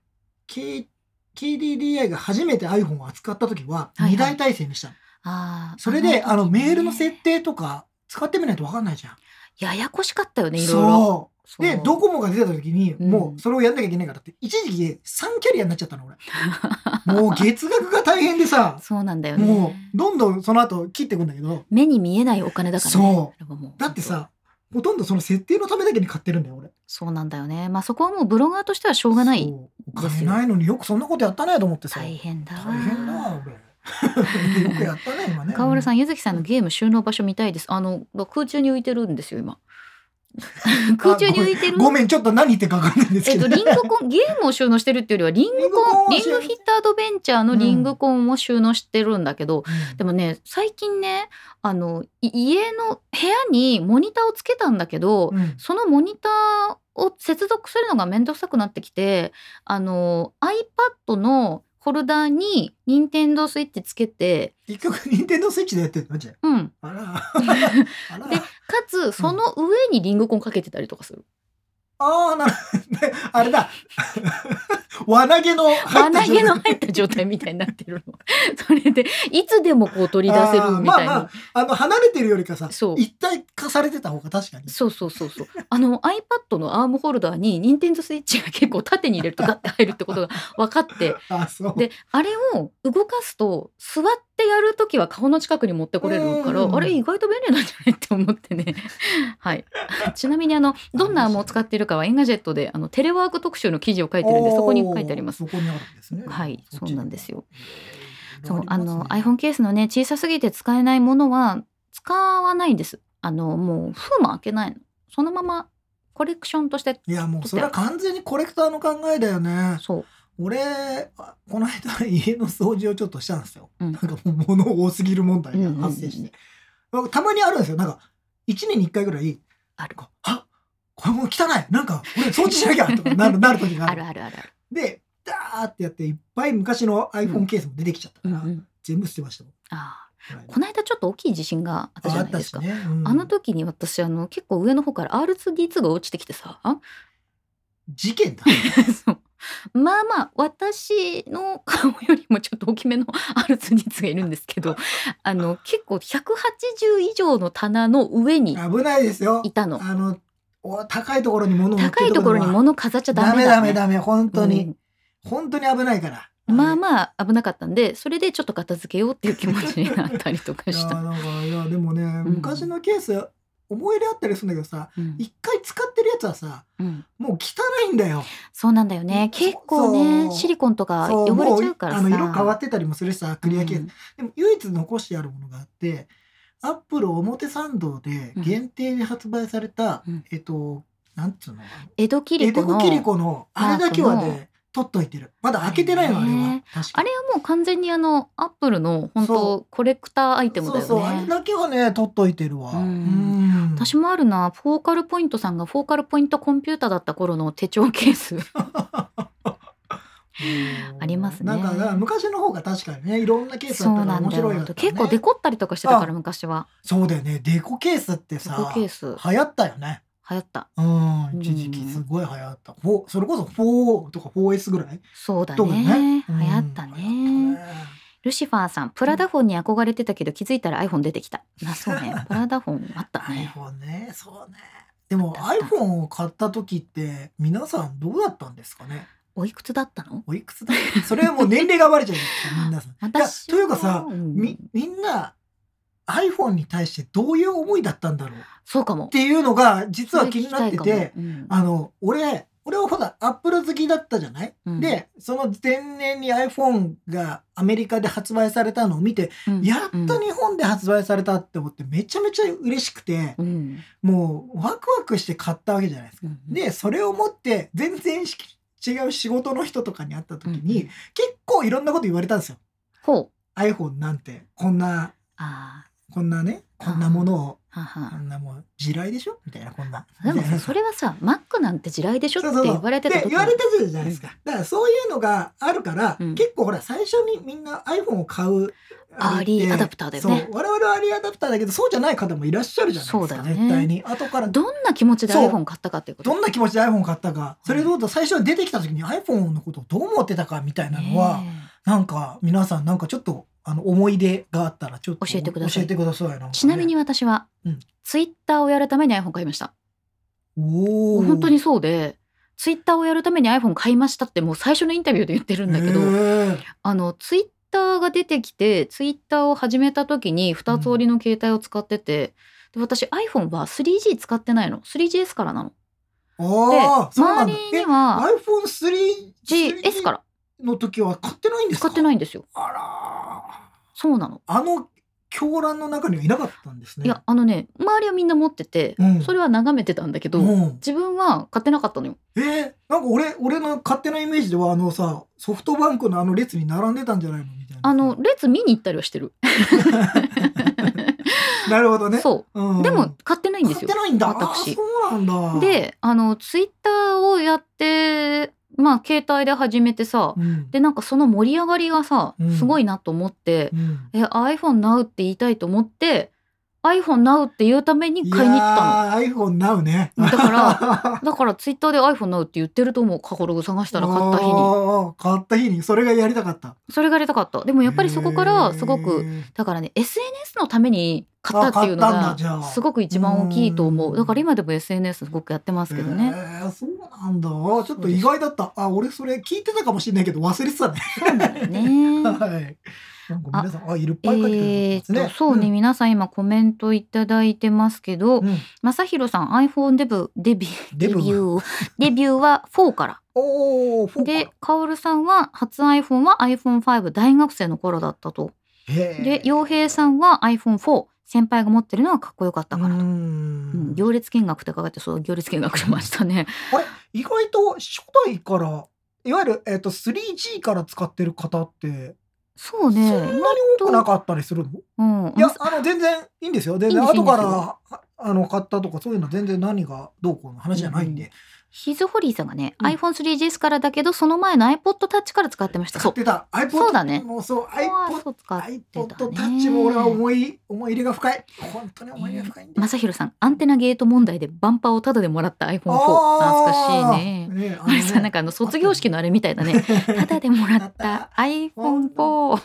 S2: K、KDDI が初めて iPhone を扱った時は
S1: はいはい
S2: 2大体制にしたの、
S1: あー
S2: それであの
S1: 時ね
S2: メールの設定とか使ってみないと分かんないじゃん。
S1: ややこしかったよねいろいろ
S2: そ
S1: そう
S2: で、ドコモが出た時に、
S1: うん
S2: もうそれをやんなきゃいけないからって、一時期3キャリアになっちゃったの、俺。 もう月額が大変でさ、
S1: そうなんだよね。
S2: もうどんどんその後切っていくんだけど、
S1: 目に見えないお金だからね。
S2: そう
S1: あれはもう
S2: だって、さ、ほとんどその設定のためだけに買ってるんだよ、俺。
S1: そうなんだよね。まあそこはもうブロガーとしてはしょうがない。
S2: そうお金ないのによくそんなことやったねと思ってさ。
S1: 大変だわ。
S2: 大変だ わ、俺。よくやったね、今ね。
S1: カオルさ、
S2: うん
S1: ゆずきさんのゲーム収納場所見たいです。あの、空中に浮いてるんですよ、今。空中に浮いてる
S2: ん。ごめん、ちょっと何言ってるかわかんないんです
S1: え
S2: け
S1: っ
S2: ど。
S1: と、リンゴコン、ゲームを収納してるっていうよりは、リンゴコン、
S2: リ
S1: リ
S2: ン
S1: ン
S2: ゴコンを収納
S1: グフィットアドベンチャーのリングコンを収納してるんだけど、
S2: うん
S1: でもね、最近ね、あの、い家の部屋にモニターをつけたんだけど、
S2: うん
S1: そのモニターを接続するのがめんどくさくなってきて、あの、iPad のホルダーに Nintendo Switch つけて、
S2: 結局、任天堂スイッチでやってるのじゃ
S1: うん。
S2: あ。あら。あら
S1: で。かつ、その上にリンゴコンかけてたりとかする。
S2: ああ、なる ほどね。あれだ。 罠毛の入
S1: 輪
S2: った
S1: 投げの入った状態みたいになってるの。 それで、いつでもこう取り出せるみたいな。
S2: あーまあまあ、あの、離れてるよりかさ、
S1: そう
S2: 一体化されてた方が確かに。
S1: そうそうそうそう。あの iPad のアームホルダーに Nintendo Switch が結構縦に入れるとガッて入るってことが分かって、
S2: あそう。
S1: であれを動かすと座ってやるときは顔の近くに持ってこれるから
S2: うん
S1: あれ意外と便利なんじゃないって思ってねはいちなみにあのどんなアームを使っているかはエンガジェットであのテレワーク特集の記事を書いてるんでそこに書いてあります
S2: おーそこにあるんですね。
S1: はい
S2: っちに
S1: そうなんですよ。
S2: えー
S1: そうあの
S2: りますね
S1: iPhone ケースのね小さすぎて使えないものは使わないんですあのもう封も開けないのそのままコレクションとして
S2: いや、もうそれは完全にコレクターの考えだよね。
S1: そう
S2: 俺、あこの間家の掃除をちょっとしたんですよ。
S1: うん
S2: なんかもう物多すぎる問題が発生して。
S1: うんうん
S2: なんかたまにあるんですよ。なんか、一年に一回ぐらい、
S1: ある
S2: こうあこれもう汚いなんか、俺掃除しなきゃ とかなる、なる時があ
S1: あ
S2: る
S1: る。あるあるある
S2: で、ダーってやって、いっぱい昔の iPhone ケースも出てきちゃったか
S1: うんう
S2: ら、
S1: ん
S2: 全部捨てましたもん。
S1: あ
S2: この間
S1: ーこの間ちょっと大きい地震があったじゃないですか
S2: あったしねうん
S1: あの時に私あの結構上の方から R2D2 が落ちてきてさ
S2: 事件だ。
S1: そうまあまあ私の顔よりもちょっと大きめの R2D2 がいるんですけどあの結構180以上の棚の上に
S2: 危ないですよ
S1: い。たの
S2: あの、お高いところに物を乗っけ
S1: 高いところに物飾っちゃダ
S2: ダ
S1: メ
S2: メ
S1: だ、
S2: ダ
S1: ね、
S2: メダメ、本当に。
S1: うん
S2: 本当に危ないから。
S1: まあ
S2: あ
S1: まあ危なかったんでそれでちょっと片付けようっていう気持ちになったりとか
S2: れ。い
S1: し
S2: や、
S1: た。
S2: なんか、いや、でもね、
S1: ん
S2: 昔のケース、思い入れあったりするんだけどさ、
S1: うん
S2: 一回使ってるやつはさ、
S1: うん
S2: もう汚いんだよ。
S1: そうなんだよね
S2: そう
S1: 結構ね
S2: そう
S1: シリコンとか
S2: そう
S1: 汚れちゃうからさ
S2: もあの色変わってたりもするしさ、クリアケース。
S1: うん
S2: でも唯一残してあるものがあって、アップル表参道で限定で発売された、
S1: うん
S2: えっと、なんつうの
S1: 江戸
S2: エ
S1: 切
S2: デ
S1: 子
S2: コ
S1: の
S2: キリコの、あれだけは
S1: マーク
S2: ね、取っといてる。まだ開けてないの、あれは
S1: ね。
S2: 確か
S1: あれはもう完全にあのアップルの本
S2: そ
S1: 当コレクターアイテムだよね。
S2: そうそう、あれだけはね、取っといてるわ。
S1: うん
S2: うん
S1: 私もあるなフォーカルポイントさんがフォーカルポイントコンピューターだった頃の手帳ケース
S2: うん
S1: ありますね
S2: なんかな昔の方が確かにねいろんなケースだ
S1: そ
S2: った
S1: うな
S2: ら
S1: ん
S2: 面
S1: だよ、
S2: 白いよ、ね、
S1: 結構デコったりとかしてたから昔は
S2: そうだよねデコケースって
S1: デ
S2: さ
S1: コケース
S2: 流行ったよね
S1: 流行った
S2: うん一時期すごい流行った、フォーそれこそ4とか 4S ぐらい
S1: そうだ
S2: とかね
S1: ね流行ったね,、
S2: うん流行ったね
S1: ルシファーさんプラダフォンに憧れてたけど気づいたら iPhone 出てきたなそう ねプラダフォンあったね
S2: iPhone ねそうねでも
S1: あった
S2: iPhone を買った時って皆さんどうだったんですかね
S1: おいくつだったの
S2: おいくつだそれはもう年齢がバレちゃうじゃないですか皆さん
S1: 私
S2: いやというかさ
S1: はうん
S2: みみんな iPhone に対してどういう思いだったんだろうっ
S1: そうかも
S2: ていうのが実は気になって
S1: それ聞きたい
S2: て
S1: かもうん
S2: あの俺俺はほらアップル好きだったじゃない、
S1: うん
S2: でその前年に iPhone がアメリカで発売されたのを見て、
S1: うん
S2: やっと日本で発売されたって思ってめちゃめちゃ嬉しくて、
S1: うんうん
S2: もうワクワクして買ったわけじゃないですか。
S1: うん
S2: でそれを持って全然し違う仕事の人とかに会った時に、
S1: うん
S2: 結構いろんなこと言われたんですよ。
S1: ほう
S2: iPhone なんてこんな
S1: あ
S2: こんなねこんなものを
S1: ーはは
S2: こんなもう地雷でしょみたいなこんな。
S1: でも
S2: みたい
S1: さ
S2: な
S1: それはさ「マックなんて地雷でしょ」
S2: そう
S1: っ
S2: そう
S1: て
S2: そう
S1: 言われてた
S2: で
S1: 時
S2: 言われてたじゃないですか。だからそういうのがあるから、
S1: うん
S2: 結構ほら最初にみんな iPhone を買う
S1: アーリーアダプターだよね
S2: そう我々はアーリーアダプターだけどそうじゃない方もいらっしゃるじゃないです
S1: そ
S2: か、
S1: うだよね
S2: 絶対に。後から
S1: どんな気持ちで
S2: そう
S1: iPhone 買ったかっていうこと
S2: どんな気持ちで iPhone 買ったか、それとと最初に出てきた時に iPhone のことをどう思ってたかみたいなのは、
S1: ね
S2: なんか皆さんなんかちょっとあの思い出があったらちょっと
S1: 教えてください
S2: 教えてくださいなんかね
S1: えちなみに私は、
S2: うん
S1: ツイッターをやるために iPhone 買いました
S2: おお。
S1: 本当にそうで、ツイッターをやるために iPhone 買いましたってもう最初のインタビューで言ってるんだけど、
S2: へー
S1: あのツイッターが出てきてツイッターを始めた時に2つ折りの携帯を使ってて、で私 iPhone は 3G 使ってないの 3GS からなの。
S2: ああ、
S1: で
S2: そうなん
S1: 周。
S2: だ
S1: りには
S2: iPhone3GS
S1: GS から
S2: の時は買ってないんです
S1: 使
S2: か。
S1: ってないいんですよ。
S2: あ
S1: そうなの。
S2: らー、あの狂乱の中にはいなかったんですね。
S1: いや、あのね周りはみんな持ってて、
S2: うん
S1: それは眺めてたんだけど、
S2: うん、
S1: 自分は買ってなかったのよ。
S2: えー、なんか俺俺の勝手なイメージではあのさソフトバンクのあの列に並んでたんじゃないのみたいなさ
S1: あの列見に行ったりはしてる。
S2: なるほどね、
S1: そうう。
S2: ん、
S1: でも買ってないんですよ
S2: 買って。ないんだ
S1: 私
S2: あーそうなんだ、
S1: であのツイッターをやってまあ携帯で始めてさ、
S2: うん
S1: でなんかその盛り上がりがさ
S2: うん
S1: すごいなと思って、
S2: うん
S1: え iPhoneNow って言いたいと思って iPhoneNow って言うために買いに行った
S2: いやー iPhone Now ね
S1: のだから
S2: ら
S1: だからツイッターで iPhoneNow って言ってると思うカホログ探したら買った日に
S2: に買った日にそれがやりたかった
S1: それがやりたかったでもやっぱりそこからすごく
S2: へー
S1: だからね SNS のために買ったっていうの
S2: あ買ったんだ
S1: が
S2: じゃあ
S1: すごく一番大きいと思
S2: う
S1: うんだから今でも SNS すごくやってますけどね、
S2: えーそうなんだあーちょっと意外だったあ俺それ聞いてたかもしれないけど忘れてたね
S1: そうなんだよね
S2: はい。なんか皆さん、あ、いるっぱい書いてくれ
S1: え
S2: て
S1: ー
S2: ま
S1: っ
S2: すね。
S1: とそうね、皆さん今コメントいただいてますけど、
S2: うん。うん。
S1: まさひろさん iPhone デブデビュー
S2: デ
S1: デ
S2: ブ
S1: ビューデビューは4から
S2: おお、フォー
S1: でカオルさんは初 iPhone は iPhone5 大学生の頃だったとで洋平さんは iPhone4 先輩が持ってるのはかっこよかった
S2: だ
S1: か
S2: からら。
S1: と、
S2: うー
S1: うん
S2: ん
S1: 行列見学って書いてそう行列見学しましたね
S2: あれ、意外と初代から、いわゆる、えっ、と、3G から使ってる方って、
S1: そう
S2: そん
S1: ね
S2: なに多くなかったりするの、
S1: うんあ
S2: いや、あの、全然いいんですよ。全然、
S1: いいんです
S2: 後から
S1: いいんです
S2: ああの、買ったとか、そういうの全然何がどうこうの話じゃないんで。
S1: ヒズホリーさんがね、
S2: うん
S1: iPhone3GS からだけどその前の iPodTouch から使ってました
S2: 使
S1: そ
S2: っ
S1: う
S2: てた iPod
S1: そうだね
S2: もうそう、
S1: あー
S2: iPod、
S1: そう使ってたね
S2: iPod タッチも俺は思い、思い入れが深い。本当に思い入れが深いんで
S1: ま。さひろさん、アンテナゲート問題でバンパーをタダでもらった iPhone4。懐か
S2: あ
S1: しい
S2: ー
S1: ね。
S2: ねあ
S1: あれさ、なんかあの卒業式のあれみたいだ ね。タダでもらった iPhone4。っ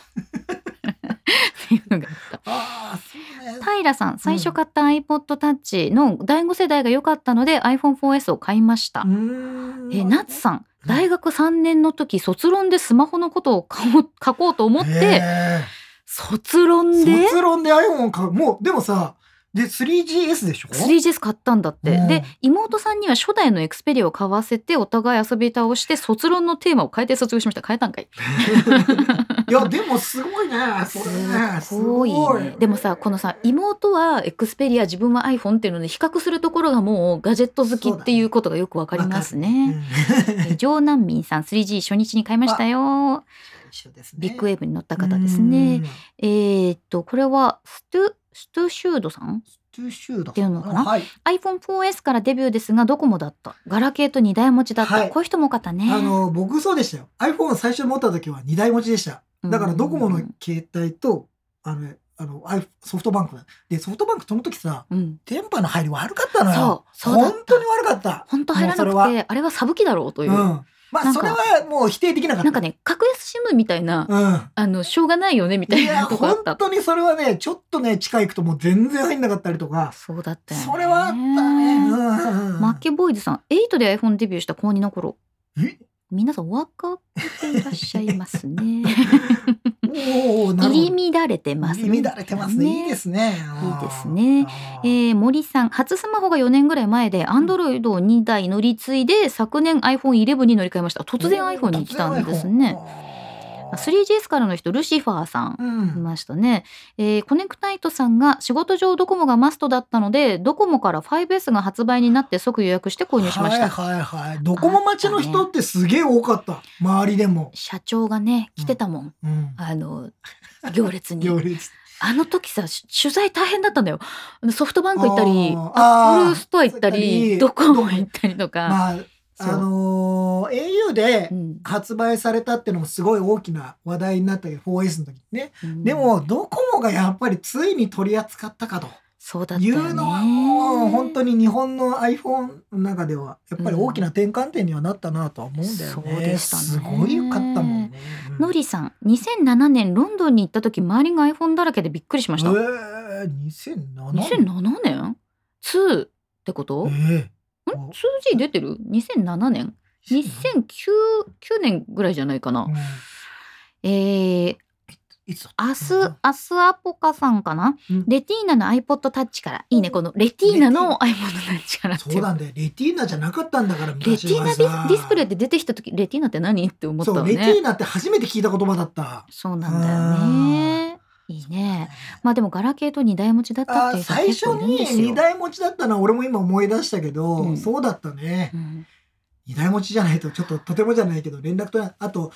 S1: ていうのがあっ
S2: ああ、そうね
S1: た。平さん、最初買った iPod Touch の第5世代が良かったので iPhone4S を買いました
S2: う。ーん
S1: え、ナツさん、
S2: うん
S1: 大学3年の時卒論でスマホのことを買おう書こうと思って、
S2: へ
S1: 卒論
S2: ー
S1: で
S2: 卒論で iPhone 買う。もう、でもさ、で、3GS でしょ
S1: 3GS 買ったんだって、
S2: うん
S1: で妹さんには初代のエクスペリアを買わせてお互い遊び倒して卒論のテーマを変えて卒業しました変えたんかい
S2: いや、でもすごいね。それね。すごい。
S1: でもさこのさ妹はエクスペリア自分は iPhone っていうので比較するところがもうガジェット好きっていうことがよくわかります
S2: う
S1: ね
S2: ん、
S1: え城南民さん 3G 初日に買いましたよ
S2: 一緒ですね。
S1: ビッグウェーブに乗った
S2: な
S1: 方ですね。えーっとこれはストゥストゥシュードさん
S2: トゥーシュード。
S1: っていうのかな
S2: はい。
S1: iPhone4S からデビューですがドコモだったガラケーと2台持ちだった、
S2: はい
S1: こういう人も多かったね
S2: あの、僕そうでしたよ。iPhone 最初持った時は2台持ちでした。だからドコモの
S1: うん
S2: 携帯と、あの、あの、iPhone ソフトバンク。で、ソフトバンクその時さ、
S1: うん、
S2: 電波の入り悪かったのよ。
S1: そうそうだった
S2: 本当に悪かった。
S1: 本当入らな
S2: も
S1: く
S2: うそれ
S1: てあれはサブ機だろうと
S2: う
S1: い
S2: ん。
S1: う、
S2: ま
S1: な
S2: あ、
S1: んか
S2: それはもう否定できなかった。
S1: なんかね格安 SIM みたいな、
S2: うん。
S1: あのしょうがないよねみた
S2: い
S1: い
S2: や、
S1: なとこだっ
S2: 本
S1: た
S2: 当にそれはね、ちょっとね、近いくともう全然入んなかったりとか、
S1: そうだったよ、ね、
S2: それはあったね。うんうん。
S1: マッケボーイズさん8で iPhone デビューした高2の頃
S2: え
S1: 皆さんお若くていらっしゃいます ね
S2: おーなるほど
S1: 入り乱れてます
S2: 入り乱れてますね。いいですね。
S1: いいですね
S2: あ
S1: え
S2: ー。
S1: ー森さん初スマホが4年ぐらい前で Android を2台乗り継いで昨年 iPhone11 に乗り換えました突然 iPhone に来たんですね
S2: ね
S1: 3GS からの人ルシファーさん
S2: うん
S1: い。ましたね、えーコネクタイトさんが仕事上ドコモがマストだったのでドコモから 5S が発売になって即予約して購入しました、
S2: はいはいはい。どこも町の人ってすげえ多かった。周りでも。
S1: 社長がね来てたもん、
S2: うん。
S1: あ の行列に
S2: 行列。
S1: あの時さし取材大変だったんだよあのソフトバンク行ったり
S2: あー
S1: ア
S2: あー
S1: ップルストア行ったり
S2: そ
S1: ド
S2: う行っ
S1: コ
S2: たり
S1: モ行ったりとか、
S2: まあ、
S1: そう
S2: あのー au で
S1: うん
S2: 発売されたっていうのもすごい大きな話題になったけど、4S の時にね。
S1: うん
S2: でも、ドコモがやっぱりついに取り扱ったかと
S1: そうだった
S2: い
S1: よね
S2: うのは、もう本当に日本の iPhone の中では、やっぱり大きな転換点にはなったなとは思うんだよね。
S1: そうでしたね
S2: すごいよかったもんね。うん
S1: のりさん2007年ロンドンに行った時周りが iPhone だらけでびっくりしました
S2: えー、2007
S1: 2007年 ?2 ってこと、
S2: ええお
S1: 数字出てる ?2007 年 ?2009 年ぐらいじゃないかな
S2: う。ん
S1: えー、
S2: いつだ
S1: 明
S2: う
S1: 日
S2: ん、
S1: 明日アポカさんかな
S2: うん
S1: レティーナの iPod タッチから。いいね、このレティーナの iPod タッチからってい
S2: そうなんだよレティーナじゃなかったんだか
S1: レ
S2: ら
S1: ティーナディスディスプレイっ
S2: って
S1: 出てきた時、レティーナって何って思った
S2: そ
S1: わ
S2: うレティー
S1: ね。
S2: ナって初めて聞いた言葉だった
S1: そうなんだよね。いいね。まあでも、ガラケーと二台持ちだったっ
S2: あ
S1: てい
S2: ー
S1: う人
S2: 最
S1: 結
S2: 初
S1: 構いるん
S2: に
S1: ですよ
S2: 二。台持ちだったのは俺も今思い出したけど、
S1: うん
S2: そうだったね
S1: うん
S2: 二台持ちじゃないとちょっととてもじゃないけど連絡とあと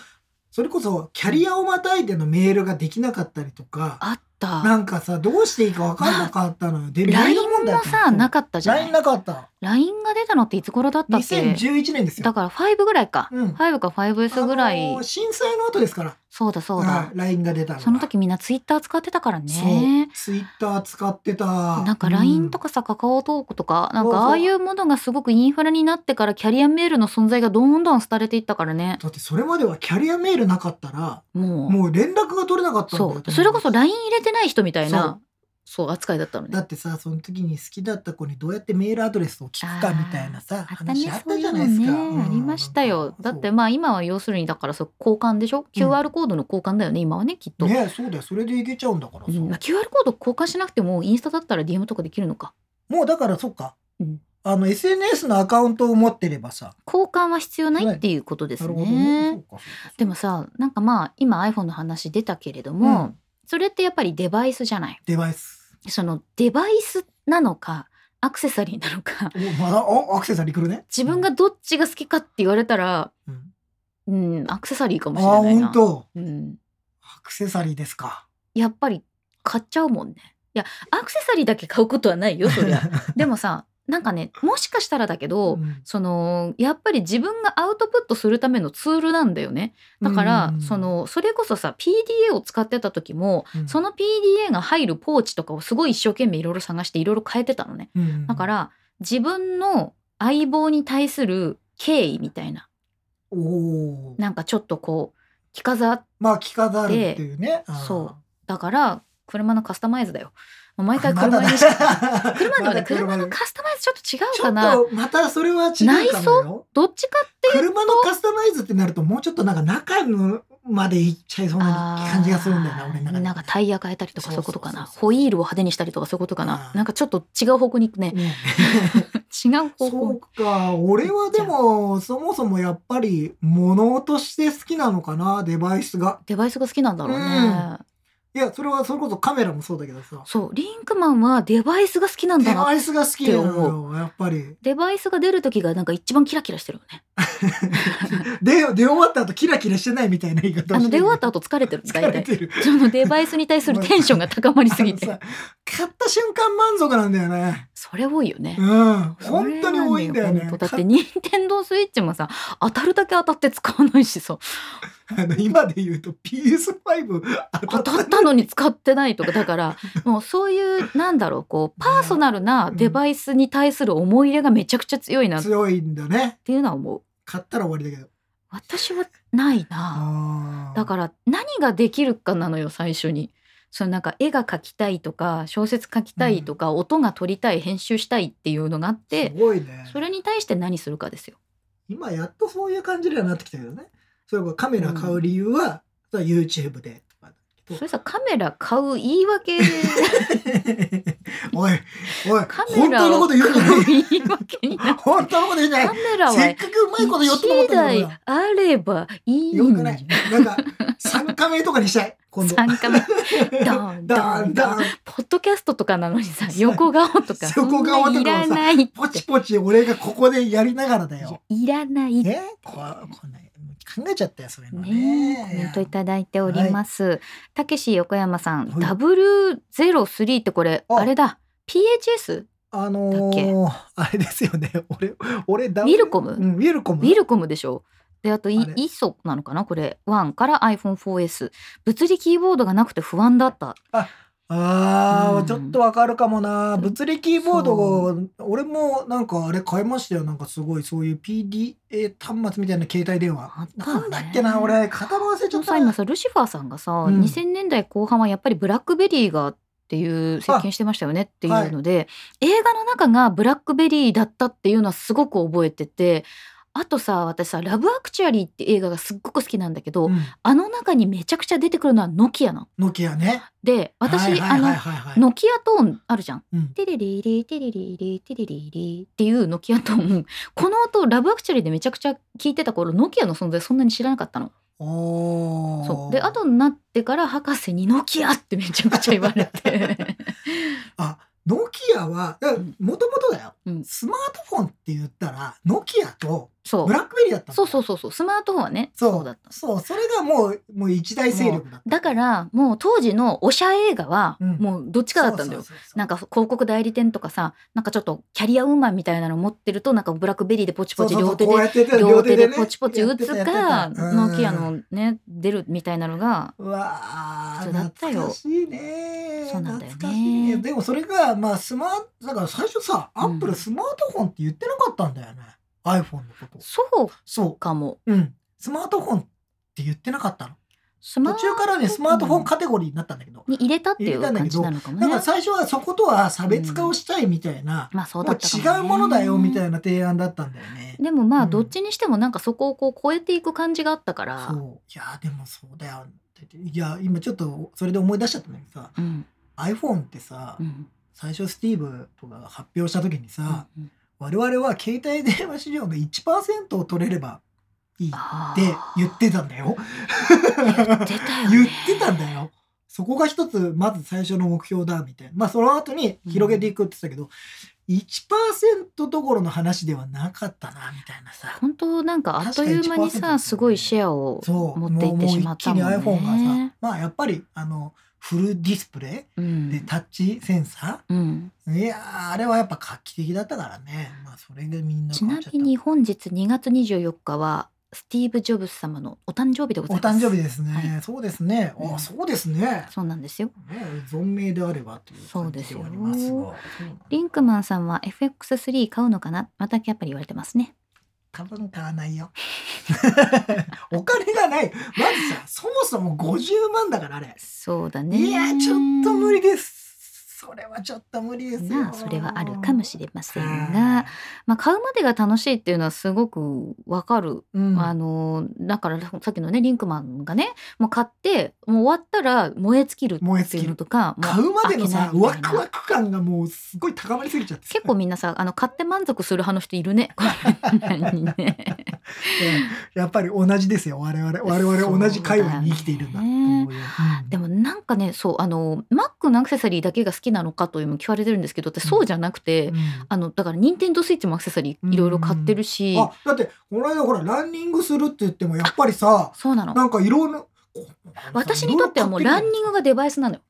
S2: それこそキャリアをまたいでのメールができなかったりとか
S1: あった。
S2: なんかさどうしていいか分かんなかったのよで
S1: LINE
S2: メール問題
S1: もさ、な
S2: かっ
S1: かったじゃな
S2: LINE
S1: い
S2: なかった
S1: ?LINE が出たのっていつ頃だったっけ
S2: 2011年ですよ
S1: だから5ぐらいか。
S2: うん
S1: 5か 5S ぐらい。
S2: あのー震災の後ですから
S1: そうだそうだ
S2: うん。LINE が出たのが
S1: その時みんなツイッター使ってたからね。
S2: ツイッター使ってた
S1: なんか LINE とかさ、カカオトークとか、なん
S2: そう
S1: か
S2: そう
S1: ああいうものがすごくインフラになってからキャリアメールの存在がどんどん廃れていったからね。
S2: だってそれまではキャリアメールなかったら
S1: もう。
S2: もう連絡が取れなかったんだよ
S1: そ
S2: 多
S1: う。
S2: 分
S1: それこそ LINE 入れてない人みたい
S2: そ
S1: な
S2: う、
S1: そう、扱いだったの
S2: だ
S1: ね。
S2: ってさその時に好きだった子にどうやってメールアドレスを聞くかみたいなさ
S1: あったね
S2: 話あ、っ
S1: そう
S2: た
S1: い
S2: じゃ
S1: う
S2: ない
S1: の
S2: ですか。
S1: ね。ありましたよ。だってまあ今は要するに、だからそう、交換でしょ ?QR コードの交換だよね、今はね、きっ
S2: あ
S1: と。
S2: ねそうだよそれでいけちゃうんだから
S1: う
S2: さ、
S1: んまあ、QR コード交換しなくてもインスタだったら DM とかできるのか
S2: もうだからそっか、
S1: うん
S2: あの SNS のアカウントを持ってればさ
S1: 交換は必要ないっていうことです
S2: な
S1: ね
S2: るほどねそうかそうかそうか
S1: でもさなんかまあ今 iPhone の話出たけれども、
S2: うん
S1: それってやっぱりデバイスじゃない
S2: デバイス
S1: そのデバイスなのかアクセサリーなのか
S2: おまだおアクセサリーくるね
S1: 自分、がどっちが好きかって言われたら
S2: うん
S1: うんアクセサリーかもし
S2: あ
S1: れ
S2: あ
S1: ない
S2: 本
S1: な、
S2: 当
S1: うん、
S2: アクセサリーですか
S1: やっぱり買っちゃうもんねいやアクセサリーだけ買うことはないよそ りゃでもさなんかねもしかしたらだけど、
S2: うん
S1: そのやっぱり自分がアウトプットするためのツールなんだよねだから、
S2: うん
S1: そのそれこそさ PDA を使ってた時も、
S2: うん
S1: その PDA が入るポーチとかをすごい一生懸命いろいろ探していろいろ変えてたのね
S2: うん
S1: だから自分の相棒に対する敬意みたいな
S2: おお
S1: なんかちょっとこう着飾っ
S2: まあ着飾るっていうねあー
S1: そうだから車のカスタマイズだよもう毎回
S2: ま
S1: 車
S2: だ
S1: に、
S2: だ
S1: 車でも
S2: ま
S1: ね
S2: だ
S1: 車の
S2: で
S1: カスタマイズちょっと違う
S2: ちょ
S1: か
S2: っ
S1: な
S2: とまたそれは違うかも
S1: 内
S2: よ
S1: どっちかっていう
S2: 車のカスタマイズってなるともうちょっとなんか中のまでいっちゃいそうな
S1: あー
S2: 感じがするんだよな俺の中で
S1: なんかタイヤ変えたりとかそういうことか
S2: そう
S1: な
S2: そうそうそう
S1: ホイールを派手にしたりとかそういうことかな
S2: あー
S1: なんかちょっと違う方向に行 くね
S2: ね
S1: 違う方
S2: そう
S1: 向
S2: か俺はでもそもそもやっぱり物として好きなのかなデバイスが
S1: デバイスが好きなんだろうね、
S2: うんいやそれはそれこそカメラもそうだけどさ
S1: そうリンクマンはデバイスが好きなんだ
S2: デ
S1: な
S2: バイスが好きな
S1: って思
S2: のよやっぱり
S1: デバイスが出る時がなんか一番キラキラしてるよね
S2: で出終わった後キラキラしてないみたいな言い方
S1: あ
S2: をし
S1: の
S2: て
S1: 出
S2: る
S1: 終わった後疲れてる大
S2: 疲れ
S1: 体
S2: てる
S1: そのデバイスに対す るテンションが高まりすぎて
S2: あのさ買った瞬間満足なんだよね
S1: それ多いよね
S2: うん本当に多いんだよね
S1: 本当だって 任天堂スイッチもさ当たるだけ当たって使わないしさ
S2: あの今で言うと PS5
S1: 当たったのに使ってないとかだ からもうそういうなんだろうこうパーソナルなデバイスに対する思い入れがめちゃくちゃ強いなっ
S2: 強いんだね
S1: ていうのは思う
S2: 買ったら終わりだけど
S1: 私はないな
S2: あ
S1: だから何ができるかなのよ最初に。そのなんか絵が描きたいとか小説描きたいとか、音が取りたい編集したいっていうのがあっ
S2: す
S1: て
S2: ごいね
S1: それに対して何するかですよ。
S2: 今やっとそういう感じにはなってきたけどねそれこそカメラ買う理由は、そう YouTube でとかだけど
S1: それさカメラ買う言い 訳
S2: おいおい
S1: カメ
S2: 本
S1: ラ
S2: 当の
S1: を
S2: こと言うんじゃな
S1: 買う
S2: い
S1: 言い訳にな
S2: 本当のこと言うんじゃ
S1: カ
S2: ない
S1: メラは
S2: せっかくうまいこと言おうと思ったんだ
S1: 一
S2: よ
S1: 台あればいい
S2: よ
S1: ん
S2: くないなんか3カメとかにしたい今度
S1: 参加 もドン
S2: ダ
S1: ド
S2: ン
S1: ン
S2: ダ
S1: ド
S2: ン
S1: ンポッドキャストとかなのにさ
S2: そう
S1: 横顔とか
S2: 横顔とかはさ
S1: そんないらないって
S2: ポチポチ俺がここでやりながらだよ。
S1: いやいらないって
S2: ね、ここんな考えちゃったよそういうの
S1: ね
S2: ね。
S1: コメントいただいております。たけし横山さん、
S2: はい
S1: W03 ってこれ、
S2: あ
S1: あれだ、PHS?
S2: あ
S1: だっ
S2: の
S1: け
S2: ー、あれですよね。俺俺ダ
S1: ウィルコム
S2: うんウィルコ
S1: ウ
S2: ム。
S1: ィルコムでしょで、あと、い
S2: あれ
S1: イソなのかなこれ、1から iPhone4S。物理キーボードがなくて不安だった。
S2: ああ、
S1: うん
S2: ちょっとわかるかもな。物理キーボード
S1: そ
S2: を俺もなんかあれ買いましたよ。なんかすごいそういう PDA 端末みたいな携帯電話。
S1: あったね
S2: なんだっけな俺型番忘れち
S1: そ
S2: ゃ
S1: の
S2: った
S1: さ、今
S2: な。
S1: さ、ルシファーさんがさ、
S2: うん
S1: 2000年代後半はやっぱりブラックベリーがっていう接近してましたよねっていうので、映画の中がブラックベリーだったっていうのはすごく覚えててあとさ私さ「ラブ・アクチュアリー」って映画がすっごく好きなんだけど、
S2: うん
S1: あの中にめちゃくちゃ出てくるのはノキアなの。
S2: ノキアね。
S1: で私、
S2: はいはいはいはい
S1: あ
S2: はい
S1: のノキアトーンあるじゃん。
S2: うん
S1: テレリリテレリリテレリリっていうノキアトーンこの音ラブアクチュアリーでめちゃくちゃ聞いてた頃ノキアの存在そんなに知らなかったの。
S2: おー
S1: そうで後になってから博士に「ノキア!」ってめちゃくちゃ言われ て
S2: あノキアは
S1: うん
S2: もともとだよ、
S1: うん
S2: スマートフォンって言ったらノキアと
S1: そ
S2: ブ
S1: う
S2: ラックベリーだったんだ
S1: そうそうそうそうスマートフォンはね
S2: そう
S1: そうだった
S2: そうそれがもうもう一大勢力だった
S1: だからもう当時のおしゃ映画は
S2: うん
S1: もうどっちかだったんだよ。
S2: そうそうそうそう
S1: なんか広告代理店とかさなんかちょっとキャリアウーマンみたいなの持ってるとなんかブラックベリーでポチポチ両手で
S2: そうそうそうこうやってて
S1: 両手で
S2: ね
S1: ポチポチ打つ
S2: やってたや
S1: か、
S2: ってたうん
S1: ノキアのね、出るみたいなのが、
S2: うわあ
S1: 普通だったよ
S2: 懐かしいね
S1: そうなんだよね
S2: 懐かしいねでもそれがまあスマートだから最初さアッ
S1: う
S2: プル
S1: ん
S2: スマートフォンって言ってなかったんだよね、iPhone のこと
S1: そう
S2: そ
S1: かも。
S2: ううんスマートフォンって言ってなかったの
S1: スマ
S2: 途
S1: ート
S2: 中からねスマートフォンカテゴリーになったんだけど
S1: に入れたってい
S2: 入れ
S1: う
S2: たんだ
S1: 感
S2: けど
S1: じなのかもね
S2: なん。か最初はそことは差別化をしたいみたいな、
S1: まあそう
S2: も
S1: だ
S2: う
S1: ったかも、
S2: 違
S1: ね。
S2: うものだよみた
S1: な。
S2: いな提案だったんだよね。
S1: でもま
S2: う
S1: あ
S2: ん
S1: どっちにしてもなんかそこをこう超えていく感じがあったから。
S2: そうういやでもそうだよいや今ちょっとそれで思い出しちゃったんだけどさ
S1: ん
S2: iPhone ってさ、
S1: うん
S2: 最初スティーブとかが発表した時にさ、
S1: うん
S2: 我々は携帯電話市場の1%を取れればいいって
S1: あ
S2: 言ってたんだよ。
S1: ー出たよ、ね。
S2: 言ってたんだよ。そこが一つまず最初の目標だみたいな。まあその後に広げていくって言ってたけど、1%どころの話ではなかったなみたいなさ。
S1: 本当なんかあっという間に
S2: 確かに1%
S1: さすごいシェアを
S2: そう
S1: 持っていってしまったもんね。
S2: うう一気に iPhone がさまあやっぱりあのフルディスプレ
S1: う
S2: イで
S1: ん。
S2: タッチセンサ
S1: うん
S2: ー、いやーあれはやっぱ画期的だったからねまあそれでみんな
S1: ち
S2: 変わ
S1: な
S2: っゃった
S1: みに本日2月24日はスティーブ・ジョブズ様のお誕生日でござ
S2: お
S1: います。
S2: 誕生日ですね、
S1: は
S2: そうですね
S1: う
S2: あ
S1: ん
S2: そうですね
S1: そうなんですよ。
S2: ね存命であればという感じではあります
S1: そ
S2: が
S1: う
S2: そうなんだ
S1: リンクマンさんは FX3 買うのかなまたやっぱり言われてますね。
S2: 多分買わないよ お金がないまずさそもそも50万だからあれ、
S1: そうだね。
S2: いやちょっと無理ですそれはちょっと無理ですよ
S1: まあそれはあるかもしれません
S2: はい
S1: が、まあ、買うまでが楽しいっていうのはすごくわかる、
S2: うん
S1: あのだからさっきのねリンクマンがねもう買ってもう終わったら燃え尽きる
S2: 燃え
S1: って
S2: 尽
S1: い
S2: き
S1: う
S2: る
S1: のとかもう
S2: 買うまで
S1: 開け
S2: のさ
S1: ないみた
S2: ワ
S1: いな
S2: クワク感がもうすごい高まりすぎちゃってさ
S1: 結構みんなさあの買って満足する派の人いるね。こんなにね
S2: うんやっぱり同じですよ我々我々同じ界隈に生きているんだと思うようん
S1: でもなんかねそうあの Mac のアクセサリーだけが好きなのかというのも聞かれてるんですけど私そうじゃなくて、
S2: うん
S1: あのだから任天堂スイッチもアクセサリーいろいろ買ってるし、
S2: あだってこの間ほらランニングするって言ってもやっぱりさ
S1: そうなの
S2: なんかいろいろ
S1: 私にとってはもうランニングがデバイスなのよ。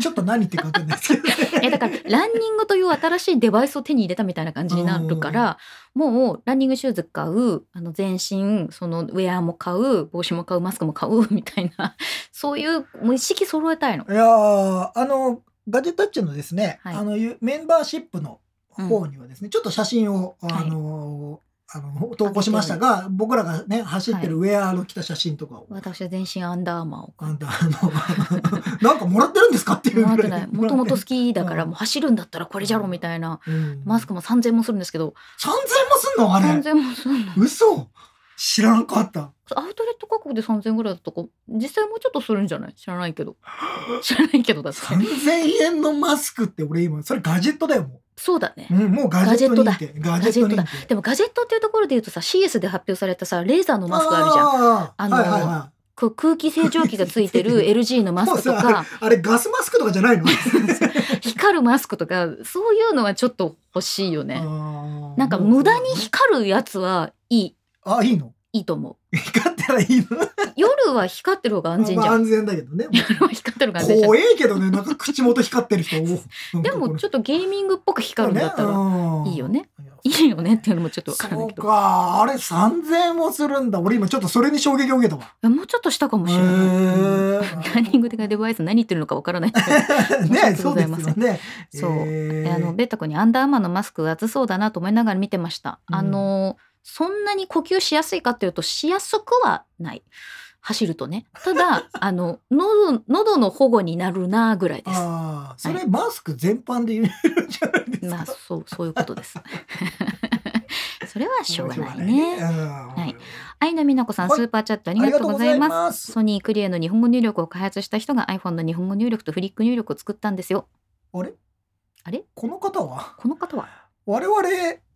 S2: ちょっと何言ってるかわかんないですけどね
S1: えだからランニングという新しいデバイスを手に入れたみたいな感じになるからもうランニングシューズ買うあの全身そのウェアも買う帽子も買うマスクも買うみたいな そういうもう一式揃えたいの。
S2: いやーあのガジェタッチのですね、
S1: はい
S2: あのゆメンバーシップの方にはですね、ちょっと写真をあのーあの投稿しましたが僕らがね走ってるウェアの着た写真とかを、
S1: 私は全身アンダーアーマーを買
S2: あんたあの なんかもらってるんですかっていう
S1: もらっ
S2: ぐ
S1: て
S2: ら
S1: ない
S2: い
S1: もともと好きだから
S2: うん
S1: もう走るんだったらこれじゃろみたいな
S2: うん
S1: マスクも3000円もするんですけど
S2: 3000もすんのあれ
S1: 3000円もするの
S2: 嘘知らなかった
S1: アウトレット価格で3000円ぐらいだったか実際もうちょっとするんじゃない知らないけ ど知らないけどだって
S2: 3000円のマスクって俺今それガジェットだよも
S1: そうだね
S2: う、うん、もうガジェットにいてガ
S1: ガジェットだ
S2: にいて
S1: でもガジェットっていうところで言うとさ CS で発表されたさレーザーのマスクあるじゃん
S2: あー
S1: あの
S2: はいはいはい
S1: く空気清浄機がついて る LG のマスクと
S2: そうそう
S1: か
S2: あれガスマスクとかじゃないの
S1: 光るマスクとかそういうのはちょっと欲しいよね
S2: な
S1: なんか無駄に光るやつはいい
S2: あいいの
S1: いいと思う
S2: 光ったらいいの
S1: 夜は光ってる方が安全じ
S2: まあ
S1: ゃん
S2: 安全だけどね
S1: 夜は光ってる方が安全じゃん
S2: 怖えけどねなんか口元光ってる人多い
S1: でもちょっとゲーミングっぽく光るんだったら
S2: ら
S1: いいよねいいよねっていうのもちょっとわからない
S2: そ
S1: うけど
S2: かあれ3000円もするんだ俺今ちょっとそれに衝撃を受けたわ
S1: いやもうちょっとしたかもしれないうんランニングで デバイス何言ってるのかわからないけど
S2: ねそうですよね
S1: そう
S2: え
S1: で
S2: ー
S1: あのベッタ君にアンダーアーマーのマスクが熱そうだなと思いながら見てました、
S2: うん
S1: あのそんなに呼吸しやすいかっていうとしやすくはない走るとね。た だ、あの、喉、喉の保護になるなぐらいです。
S2: ああ、それマスク全般で言えるんじゃないですか。
S1: まあ、そう、そういうこと です。それはしょうがない
S2: しょう
S1: ね。
S2: が
S1: は
S2: ないいね。
S1: 愛の美奈子さん、
S2: はい
S1: スーパーチャットあ
S2: あ
S1: りがとうございます。
S2: ます。
S1: ソニークリエの日本語入力を開発した人が iPhone の日本語入力とフリック入力を作ったんですよ。
S2: あれ
S1: あれ
S2: この方は
S1: この方は
S2: 我々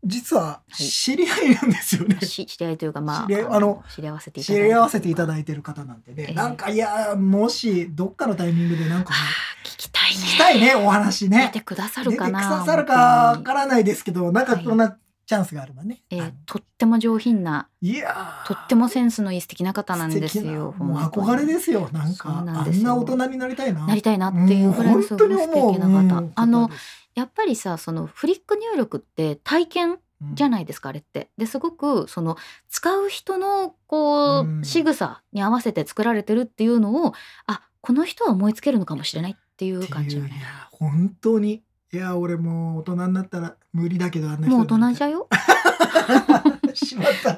S2: 実はい知り合いなんですよね。
S1: し知り合いというか、まあ、
S2: 知り合い
S1: あの知り合わせていた
S2: 知
S1: だい
S2: り合わせていた
S1: い
S2: だいてる方なんでね、
S1: ええ
S2: なんかいやーもしどっかのタイミングでなんかね
S1: はあ、聞きたいね。
S2: したいねお話ね
S1: 出てくださ
S2: 出
S1: る
S2: てく
S1: かな。
S2: ださるかわ
S1: 本当
S2: か
S1: に
S2: らないですけどなんか
S1: はい
S2: こんなチャンスがあればね、
S1: え
S2: あ
S1: ー
S2: の
S1: とっても上品な、
S2: いやー
S1: とってもセンスのいい素敵な方なんです
S2: 素敵な
S1: よ。
S2: もう
S1: 本当に
S2: 憧れですよなんか
S1: そうなん
S2: あ
S1: です
S2: ん
S1: よ
S2: な大人になりたいな
S1: なりたいなっていうぐらいすごい素敵な方。あの、やっぱりさそのフリック入力って体験じゃ
S2: ない
S1: ないですかあれって。ですごくその使う人のこう、
S2: うん
S1: 仕草に合わせて作られてるっていうのをあこの人は思いつけるのかもしれないっていう感じよ
S2: いや
S1: ね。
S2: 本当にいや俺もう大人になったら無理だけどあんな人
S1: もう大人じ
S2: ゃ
S1: ゃよ。も
S2: しまった
S1: う
S2: しまった